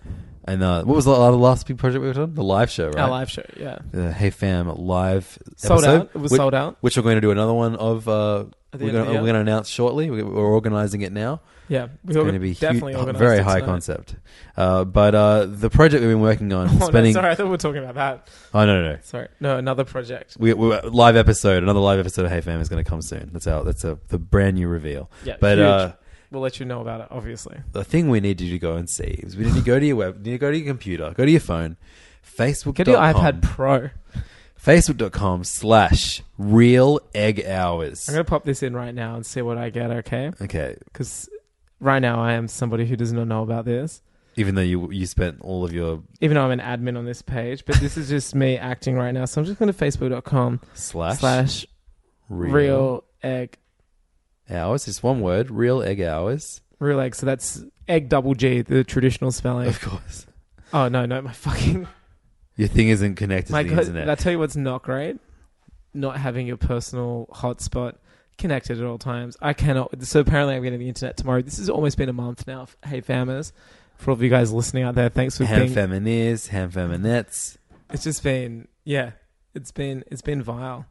S4: And uh, what was the other last big project we were on? The live show, right?
S5: our live show. Yeah,
S4: The Hey Fam live
S5: sold
S4: episode,
S5: out. It was
S4: which,
S5: sold out.
S4: Which we're going to do another one of. Uh,
S5: At the
S4: we're
S5: end of the year.
S4: going to announce shortly. We- We're organizing it now.
S5: Yeah, we
S4: It's going to be hu-
S5: definitely organized
S4: very
S5: it
S4: high
S5: tonight.
S4: concept. Uh, but uh, the project we've been working on,
S5: Oh, no,
S4: spending.
S5: sorry, I thought we were talking about that.
S4: Oh no, no, no.
S5: Sorry, no, another project.
S4: We, we live episode, another live episode of Hey Fam is going to come soon. That's our that's a the brand new reveal.
S5: Yeah,
S4: but
S5: huge.
S4: uh,
S5: We'll let you know about it. Obviously,
S4: the thing we need you to go and see is we need to go to your web, need to go to your computer, go to your phone, Facebook.
S5: get your iPad Pro.
S4: Facebook.com slash real egg hours.
S5: I'm gonna pop this in right now and see what I get. Okay,
S4: Okay,
S5: because right now I am somebody who does not know about this,
S4: even though you you spent all of your
S5: even though I'm an admin on this page. But this is just me acting right now. So I'm just going to facebook.com
S4: slash
S5: slash
S4: real,
S5: real egg
S4: hours, just one word, real egg hours,
S5: real egg. So that's egg double G, the traditional spelling.
S4: of course.
S5: oh no, no, my fucking
S4: Your thing isn't connected
S5: my
S4: to the
S5: god.
S4: internet.
S5: I tell you what's not great, not having your personal hotspot connected at all times. I cannot. So apparently I'm getting the internet tomorrow. This has almost been a month now. Hey, fammers. For all of you guys listening out there, thanks for
S4: ham
S5: being
S4: femineers, ham feminettes.
S5: It's just been, yeah, it's been, it's been vile.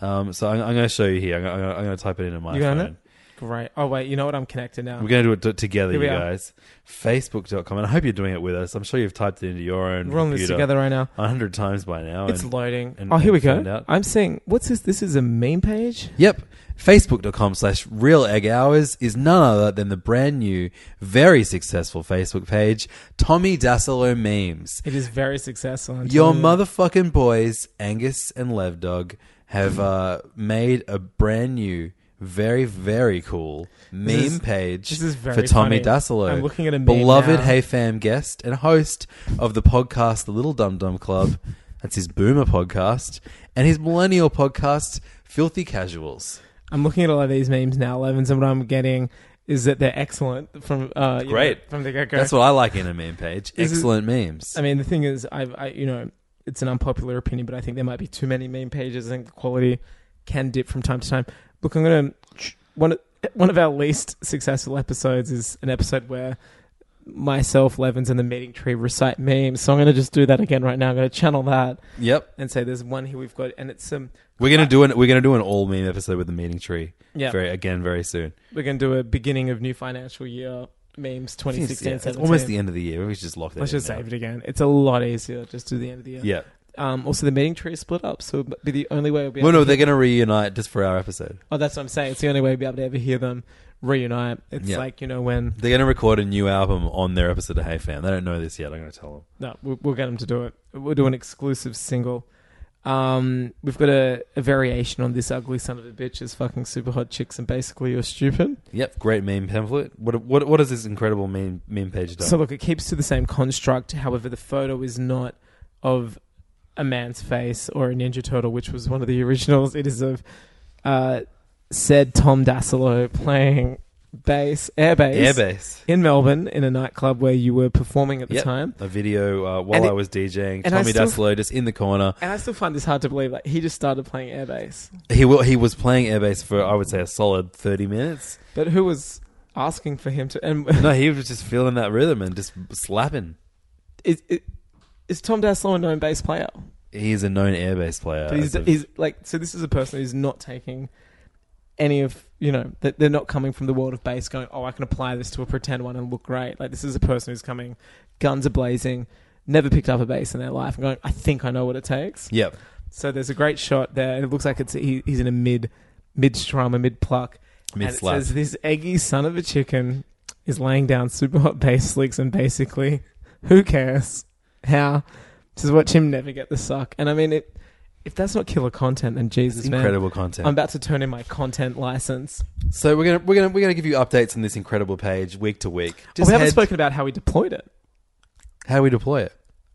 S4: Um, so I'm, I'm going to show you here. I'm going to, I'm going to type it into my
S5: You got
S4: phone.
S5: it? Great. Oh wait, you know what? I'm connected now.
S4: We're going to do it t- together,
S5: Here
S4: you
S5: we are.
S4: guys. Facebook.com, and I hope you're doing it with us. I'm sure you've typed it into your own
S5: We're on this
S4: computer
S5: together right now.
S4: a hundred times by now.
S5: It's
S4: and-
S5: loading.
S4: and-
S5: oh, here
S4: and
S5: we go.
S4: find out.
S5: I'm seeing what's this? This is a meme page.
S4: Yep. Facebook.com slash real egg hours is none other than the brand new, very successful Facebook page, Tommy Dasilo Memes.
S5: It is very successful. I'm
S4: Your
S5: telling you.
S4: motherfucking boys, Angus and Levdog, have uh, made a brand new, very, very cool meme
S5: is-
S4: page
S5: this is very
S4: for Tommy
S5: funny.
S4: Dasilo.
S5: I'm looking at a meme
S4: beloved
S5: now.
S4: Hey Fam guest and host of the podcast The Little Dum Dum Club. That's his boomer podcast and his millennial podcast Filthy Casuals.
S5: I'm looking at all of these memes now, Levins, and what I'm getting is that they're excellent from uh, you know,
S4: Great.
S5: from the get go.
S4: That's what I like in a meme page.
S5: This is-
S4: Excellent memes.
S5: I mean. The thing is, I've, I you know, it's an unpopular opinion, but I think there might be too many meme pages. I think the quality can dip from time to time. Look, I'm gonna one of- one of our least successful episodes is an episode where myself, Levins, and the meeting tree recite memes. So I'm gonna just do that again right now. I'm gonna channel that
S4: yep.
S5: and say there's one here we've got, and it's um
S4: We're gonna do an we're gonna do an all meme episode with the meeting tree.
S5: Yeah.
S4: Very again very soon.
S5: we're gonna do a beginning of new financial year memes
S4: I think it's-
S5: 2016.
S4: yeah, it's
S5: 17.
S4: almost the end of the year. We should just lock that
S5: Let's
S4: in
S5: just
S4: now.
S5: save it again. It's a lot easier just to the end of the year.
S4: Yeah.
S5: Um, also, the meeting tree is split up, so it'd be the only way we'll be.
S4: Well, no,
S5: able to
S4: they're
S5: hear-
S4: going to reunite just for our episode.
S5: Oh, that's what I'm saying. It's the only way we'll be able to ever hear them reunite. It's
S4: Yeah.
S5: like you know when
S4: They're going to record a new album on their episode of Hey Fam. They don't know this yet. I'm going to tell them.
S5: no, we'll, we'll get them to do it. We'll do an exclusive single. Um, we've got a, a variation on this ugly son of a bitch is fucking super hot chicks and basically you're stupid.
S4: Yep, great meme pamphlet. What what what has this incredible meme meme page done?
S5: So look, it keeps to the same construct. However, the photo is not of a man's face or a Ninja Turtle, which was one of the originals. It is of uh, said Tom Dasilo playing bass, air bass,
S4: Airbase.
S5: in Melbourne in a nightclub where you were performing at the
S4: Yep.
S5: time.
S4: A video uh, while
S5: And
S4: I
S5: it-
S4: was DJing.
S5: and I
S4: Tommy
S5: still-
S4: Dasilo just in the corner.
S5: And I still find this hard to believe. Like he just started playing air bass,
S4: He will, he was playing Airbase for I would say a solid 30 minutes.
S5: but who was asking for him to? And
S4: No, he was just feeling that rhythm and just slapping.
S5: is, is, is Tom Dasilo a known bass player?
S4: He's a known Airbase player.
S5: But he's,
S4: as of-
S5: he's like so. This is a person who's not taking any of you know that they're not coming from the world of bass. Going, oh, I can apply this to a pretend one and look great. Like this is a person who's coming, guns are blazing, never picked up a bass in their life, and going, I think I know what it takes.
S4: yep.
S5: So there's a great shot there. It looks like it's he, he's in a mid mid strum, a mid pluck, and it
S4: Mid-slap.
S5: says this eggy son of a chicken is laying down super hot bass licks and basically, who cares? How? Just watch him never get the suck. And I mean it. If that's not killer content, then Jesus,
S4: It's
S5: man,
S4: incredible content.
S5: I'm about to turn in my content license.
S4: so we're gonna we're gonna we're gonna give you updates on this incredible page week to week.
S5: Well, Oh, we haven't
S4: head-
S5: spoken about how we deployed it.
S4: How do we deploy it?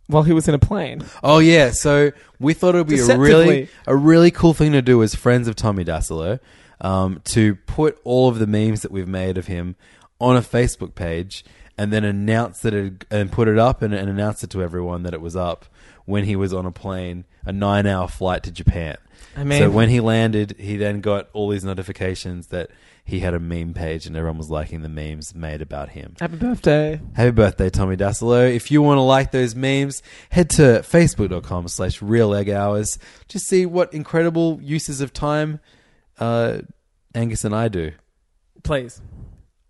S5: while he was in a plane.
S4: Oh yeah, so we thought it would be a really
S5: Deceptively.
S4: a really cool thing to do as friends of Tommy Dassler, um, to put all of the memes that we've made of him on a Facebook page and then announce that it and put it up and, and announce it to everyone that it was up when he was on a plane, a nine hour flight to Japan.
S5: I mean-
S4: so when he landed, he then got all these notifications that he had a meme page and everyone was liking the memes made about him.
S5: Happy birthday.
S4: Happy birthday, Tommy Dassolo. If you want to like those memes, head to facebook.com slash real egg hours. Just see what incredible uses of time uh, Angus and I do.
S5: Please.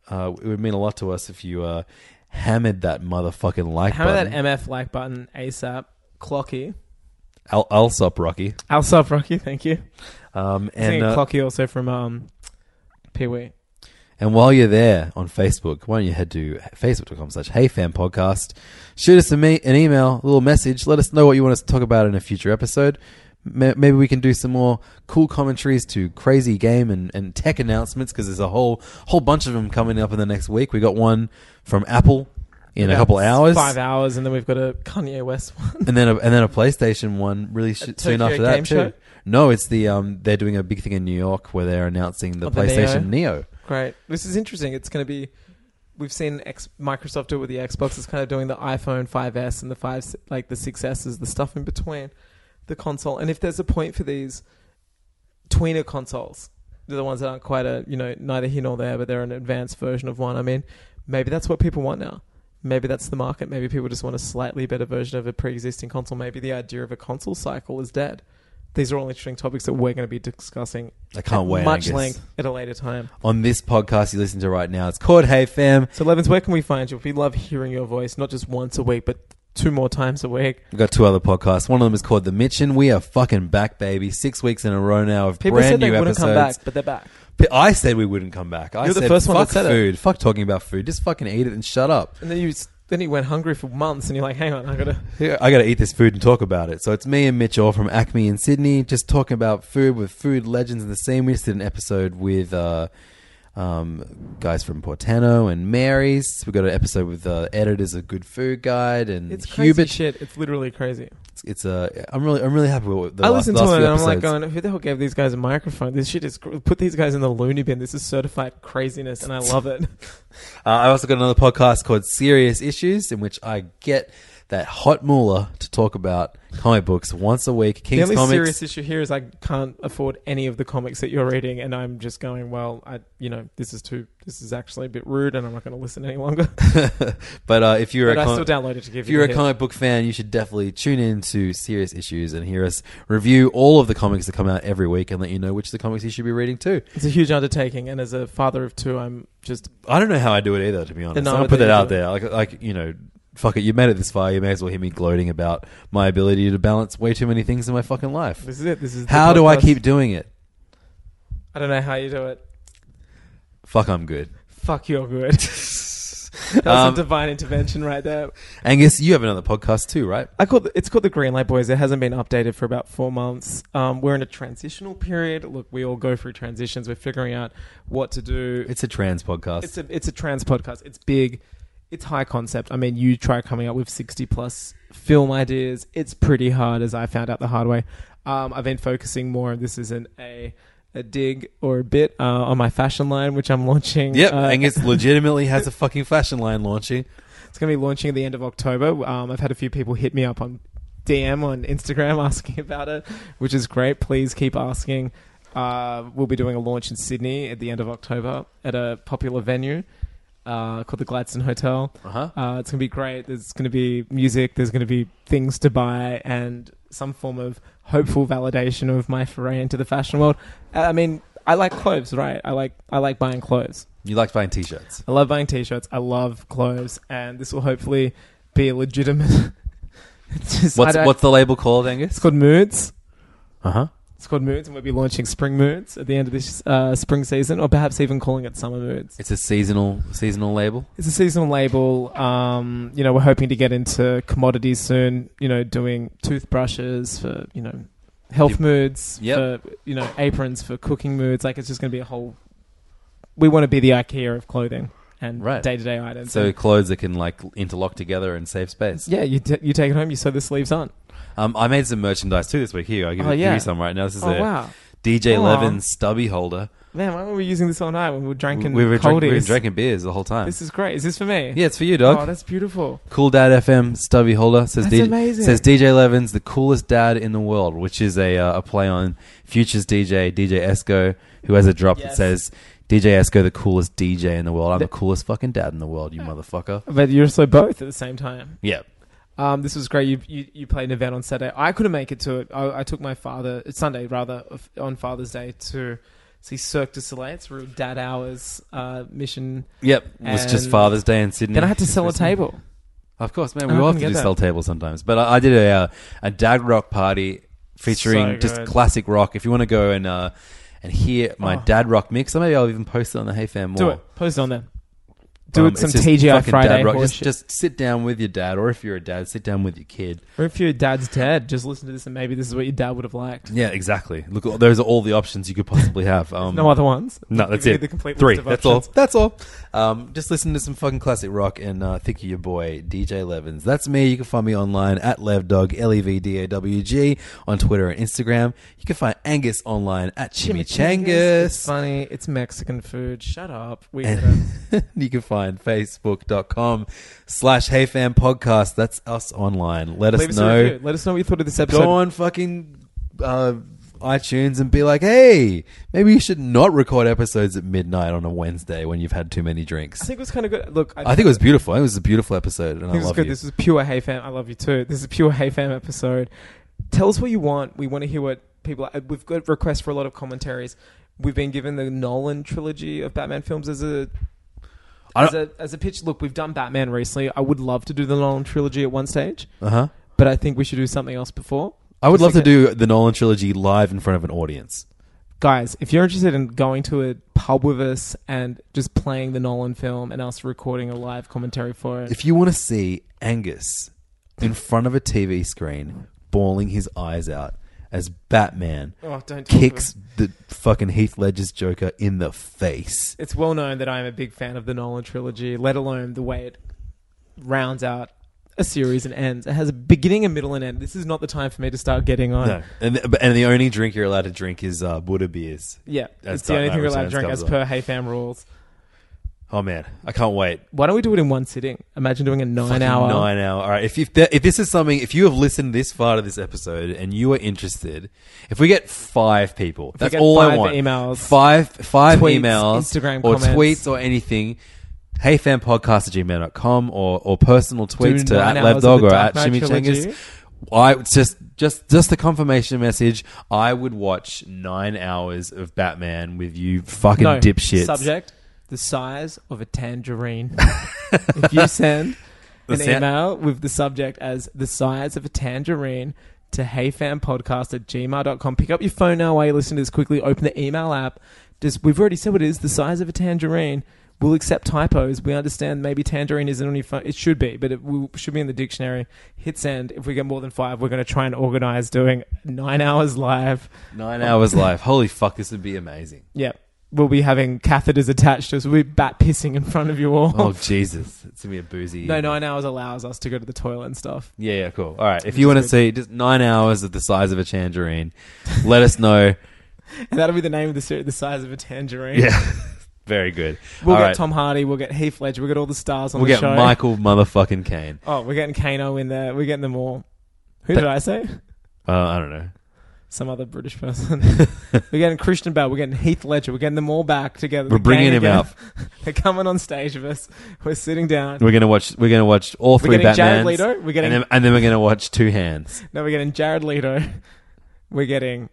S4: Uh, it would mean a lot to us if you uh, hammered that motherfucking like
S5: How
S4: button.
S5: about that MF like button ASAP? Clocky.
S4: I'll, I'll sup, Rocky.
S5: I'll stop, Rocky. Thank you.
S4: Um,
S5: I
S4: and,
S5: think
S4: uh,
S5: Clocky also from um, Pee Wee.
S4: and while you're there on Facebook, why don't you head to facebook.com slash heyfanpodcast. Shoot us a me- an email, a little message. Let us know what you want us to talk about in a future episode. Ma- Maybe we can do some more cool commentaries to crazy game and, and tech announcements because there's a whole whole bunch of them coming up in the next week. We got one from Apple in a couple hours,
S5: Five hours, and then we've got a Kanye West one.
S4: and then a, and then a PlayStation one really sh- soon
S5: Tokyo
S4: after that
S5: Game
S4: too.
S5: Show?
S4: No, it's the um they're doing a big thing in New York where they're announcing the
S5: Of Oh, the
S4: PlayStation Neo.
S5: Great. This is interesting. It's going to be. We've seen X, Microsoft do it with the Xbox. It's kind of doing the iPhone 5S and the five, like the 6S's, the stuff in between the console. And if there's a point for these tweener consoles, they're the ones that aren't quite a you know neither here nor there, but they're an advanced version of one. I mean, maybe that's what people want now. Maybe that's the market. Maybe people just want a slightly better version of a pre-existing console. Maybe the idea of a console cycle is dead. These are all interesting topics that we're going to be discussing.
S4: I can't
S5: at
S4: wait,
S5: Much
S4: Angus.
S5: length at a later time.
S4: On this podcast you listen to right now, it's called Hey Fam.
S5: So, Levins, where can we find you? If we love hearing your voice, not just once a week, but two more times a week.
S4: We've got two other podcasts. One of them is called The Mitchin. We are fucking back, baby. Six weeks in a row now of
S5: People
S4: brand
S5: said they
S4: new
S5: wouldn't
S4: episodes.
S5: come back, but they're back.
S4: P- I said we wouldn't come back. I
S5: You're the
S4: said,
S5: first one
S4: fuck
S5: that said it."
S4: food. Fuck talking about food. Just fucking eat it and shut up.
S5: And then you s- then you went hungry for months, and you're like, "Hang on, I gotta."
S4: Here, I got to eat this food and talk about it. So it's me and Mitch all from Acme in Sydney, just talking about food with food legends in the scene. We just did an episode with uh, um, guys from Portano and Mary's. We got an episode with uh, editors of Good Food Guide and
S5: It's crazy
S4: Hubert.
S5: shit. It's literally crazy.
S4: It's, it's uh, I'm really, I'm really happy with the
S5: I
S4: last,
S5: listened to
S4: last
S5: it,
S4: few
S5: and I'm
S4: episodes.
S5: like, "Going, who the hell gave these guys a microphone? This shit is gr- put these guys in the loony bin. This is certified craziness, and I love it."
S4: Uh, I also got another podcast called Serious Issues, in which I get that hot moolah to talk about comic books once a week.
S5: the
S4: King's
S5: only
S4: Comics.
S5: serious issue here is I can't afford any of the comics that you're reading, and I'm just going, "Well, I, you know, this is too. This is actually a bit rude, and I'm not going to listen any longer."
S4: but uh, if you're
S5: but
S4: a
S5: I
S4: com-
S5: still downloaded it to give
S4: if
S5: you.
S4: you're
S5: the
S4: a
S5: hit.
S4: comic book fan, you should definitely tune in to Serious Issues and hear us review all of the comics that come out every week and let you know which of the comics you should be reading too.
S5: It's a huge undertaking, and as a father of two, I'm just
S4: I don't know how I do it either, to be honest.
S5: No,
S4: I'm gonna
S5: I
S4: put that
S5: think
S4: out
S5: you do.
S4: there. Like, like you know, fuck it. You made it this far. You may as well hear me gloating about my ability to balance way too many things in my fucking life.
S5: this is it. This is the
S4: How do I
S5: podcast.
S4: keep doing it?
S5: I don't know how you do it.
S4: Fuck, I'm good.
S5: Fuck, you're good. That's
S4: Um,
S5: a divine intervention right there.
S4: Angus, you have another podcast too, right?
S5: I call it's called the Green Light Boys. It hasn't been updated for about four months. Um, we're in a transitional period. Look, we all go through transitions. We're figuring out what to do.
S4: It's a trans podcast.
S5: It's a it's a trans podcast. It's big. It's high concept. I mean, you try coming up with sixty plus film ideas. It's pretty hard, as I found out the hard way. Um, I've been focusing more, and this isn't a a dig or a bit uh, on my fashion line, which I'm launching.
S4: yep,
S5: uh,
S4: Angus legitimately has a fucking fashion line launching.
S5: It's going to be launching at the end of October. Um, I've had a few people hit me up on DM on Instagram asking about it, which is great. Please keep asking. Uh, we'll be doing a launch in Sydney at the end of October at a popular venue uh, called the Gladstone Hotel.
S4: Uh-huh.
S5: Uh, it's going to be great. There's going to be music. There's going to be things to buy and some form of hopeful validation of my foray into the fashion world. Uh, I mean, I like clothes, right? I like I like buying clothes.
S4: You like buying t-shirts.
S5: I love buying t-shirts. I love clothes, and this will hopefully be a legitimate. it's just, I
S4: What's
S5: don't-
S4: what's the label called,
S5: it's
S4: Angus?
S5: called Moods.
S4: Uh-huh.
S5: It's called Moods, and we'll be launching Spring Moods at the end of this uh, spring season, or perhaps even calling it Summer Moods.
S4: It's a seasonal seasonal label.
S5: It's a seasonal label. Um, you know, we're hoping to get into commodities soon. You know, doing toothbrushes for you know health
S4: Yep.
S5: moods,
S4: Yep.
S5: for you know aprons for cooking moods. Like it's just going to be a whole. We want to be the IKEA of clothing. and
S4: Right.
S5: day to day items.
S4: So
S5: And-
S4: clothes that can like interlock together and save space.
S5: yeah, you, t- you take it home, you sew the sleeves on.
S4: Um, I made some merchandise too this week. Here, I'll give,
S5: Oh,
S4: you- give
S5: yeah.
S4: you some right now. This is
S5: Oh,
S4: a
S5: wow.
S4: DJ
S5: Aw.
S4: Levin stubby holder.
S5: Man, why were we using this all night when we were drinking
S4: we, were drink,
S5: coldies?
S4: we were drinking beers the whole time.
S5: This is great. Is this for me?
S4: yeah, it's for you, dog.
S5: Oh, that's beautiful.
S4: Cool Dad FM stubby holder says
S5: That's
S4: DJ,
S5: amazing.
S4: says DJ Levin's the coolest dad in the world, which is a uh, a play on Futures DJ DJ Esco, who has a drop that
S5: Yes.
S4: says DJ Esco the coolest DJ in the world. I'm the coolest fucking dad in the world, you motherfucker.
S5: But you're also both at the same time.
S4: Yeah,
S5: Um, this was great. You, you you played an event on Saturday. I couldn't make it to it. I, I took my father it's Sunday rather of- on Father's Day to see Cirque du Soleil. It's a real dad hours uh, mission.
S4: yep. It was just
S5: And-
S4: Father's Day in Sydney.
S5: Then I had to sell a
S4: Interesting.
S5: table.
S4: Of course, man.
S5: I
S4: We all have
S5: couldn't
S4: to
S5: get
S4: do
S5: that.
S4: sell tables sometimes. But I, I did a uh, a dad rock party featuring
S5: So
S4: just
S5: good.
S4: classic rock. If you want to go and uh, and hear my
S5: Oh.
S4: dad rock mix, or maybe I'll even post it on the Hey Fam.
S5: Do
S4: wall.
S5: it. Post it on there. Do
S4: Um,
S5: it some
S4: it's just
S5: TGI
S4: fucking
S5: Friday.
S4: dad rock. Just,
S5: horseshit.
S4: just sit down with your dad, or if you're a dad, sit down with your kid.
S5: or if your dad's dead, just listen to this and maybe this is what your dad would have liked.
S4: Yeah, exactly. Look, those are all the options you could possibly have. Um,
S5: No other ones.
S4: No, that's
S5: Give me
S4: it.
S5: the complete
S4: Three.
S5: list of
S4: That's all.
S5: options.
S4: That's all. Um, just listen to some fucking classic rock and uh, think of your boy DJ Levins. That's me. You can find me online at levdog l e v d a w g on Twitter and Instagram. You can find Angus online at
S5: It's
S4: chimichangas.
S5: funny. It's Mexican food. Shut up. We
S4: And-
S5: get it.
S4: you can find facebook.com slash heyfan podcast. That's us online. Let us
S5: Leave us
S4: know.
S5: a review. Let us know what you thought of this episode.
S4: go on fucking uh, iTunes and be like, hey, maybe you should not record episodes at midnight on a Wednesday when you've had too many
S5: I
S4: drinks.
S5: think it was kind of good. Look, I,
S4: I think it was beautiful. It was a beautiful episode, and I
S5: This is
S4: love
S5: good.
S4: you.
S5: This is pure Hey Fam. I love you too. This is a pure Hey Fam episode. Tell us what you want. We want to hear what people. uh, We've got requests for a lot of commentaries. We've been given the Nolan trilogy of Batman films as a
S4: I
S5: as
S4: don't-
S5: a, as a pitch. Look, we've done Batman recently. I would love to do the Nolan trilogy at one stage,
S4: Uh-huh.
S5: but I think we should do something else before.
S4: I would
S5: Just
S4: love to
S5: like
S4: do the Nolan trilogy live in front of an audience.
S5: Guys, if you're interested in going to a pub with us and just playing the Nolan film and us recording a live commentary for it,
S4: If you want to see Angus in front of a TV screen, bawling his eyes out as Batman
S5: oh, don't talk about it.
S4: kicks the fucking Heath Ledger's Joker in the face.
S5: it's well known that I'm a big fan of the Nolan trilogy, let alone the way it rounds out a series and ends. It has a beginning, a middle, and end. This is not the time for me to start getting on.
S4: No, and the, and the only drink you're allowed to drink is uh, Buddha beers.
S5: Yeah,
S4: That's
S5: it's the
S4: Dark
S5: only
S4: Knight
S5: thing we're allowed to
S4: Returns
S5: drink
S4: covers
S5: as
S4: it.
S5: per Hey Fam rules.
S4: Oh man, I can't wait.
S5: Why don't we do it in one sitting? Imagine doing a nine
S4: Fucking
S5: hour.
S4: Nine hour. All right. If if, that, if this is something, if you have listened this far to this episode and you are interested, if we get five people,
S5: we
S4: that's
S5: get
S4: all I
S5: five
S4: want.
S5: emails,
S4: five five
S5: tweets,
S4: emails,
S5: Instagram
S4: or
S5: comments.
S4: tweets or anything. HeyFanPodcast at gmail.com or, or personal tweets to at
S5: nine hours
S4: LevDog
S5: of the
S4: or at
S5: Dark Knight
S4: Chimichangas.
S5: trilogy.
S4: I it's just just just the confirmation message. I would watch nine hours of Batman with you fucking
S5: No,
S4: dipshits.
S5: Subject: the size of a tangerine. if you send an
S4: sound-
S5: email with the subject as the size of a tangerine to heyfanpodcast at gmail.com, pick up your phone now while you listen to this quickly, open the email app. Just we've already said what it is, the size of a tangerine. We'll accept typos. We understand maybe tangerine isn't on your phone. It should be, but it will, should be in the dictionary. Hit send. If we get more than five, we're going to try and organize doing nine hours live.
S4: Nine hours live. Holy fuck, this would be amazing.
S5: Yeah. We'll be having catheters attached to us. We'll be bat pissing in front of you all.
S4: Oh Jesus, it's gonna be a boozy.
S5: No, nine hours allows us to go to the toilet and stuff.
S4: Yeah, yeah, cool. All right, if you want to see just nine hours of the size of a tangerine, let us know.
S5: And that'll be the name of the series, The Size of a Tangerine.
S4: Yeah, very good.
S5: We'll
S4: All
S5: get
S4: right,
S5: Tom Hardy, we'll get Heath Ledger, we'll get all the stars on
S4: We'll
S5: the
S4: get
S5: show.
S4: Michael motherfucking Kane.
S5: Oh, we're getting Kano in there. We're getting them all. Who did I say?
S4: Uh, I don't know.
S5: Some other British person. we're getting Christian Bale, we're getting Heath Ledger, we're getting them all back together.
S4: We're
S5: The
S4: bringing
S5: gang
S4: him
S5: again.
S4: out.
S5: They're coming on stage with us. We're sitting down.
S4: We're gonna watch. We're gonna watch all three
S5: We're getting Jared
S4: Batmans,
S5: Leto. We're getting
S4: and then, and then we're gonna watch Two Hands.
S5: No, we're getting Jared Leto. We're getting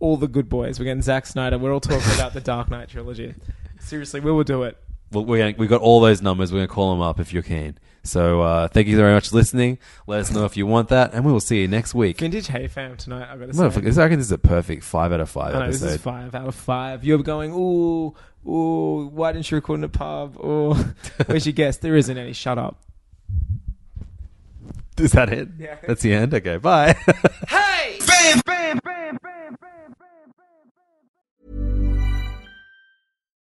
S5: all the good boys. We're getting Zack Snyder. We're all talking about the Dark Knight trilogy. Seriously, we will do it.
S4: Well, we're gonna, we got all those numbers. We're gonna call them up if you're keen. So uh, thank you very much for listening. Let us know if you want that, and we will see you next week.
S5: Vintage Hey Fam tonight, I gotta say.
S4: Motherfucker, this- I reckon this is a perfect five out of five
S5: I know, this
S4: episode.
S5: is five out of five. You're going, ooh, ooh, why didn't you record in a pub? Or where's your guess? There isn't any. Shut up.
S4: Is that it? Yeah. That's the end? Okay, bye.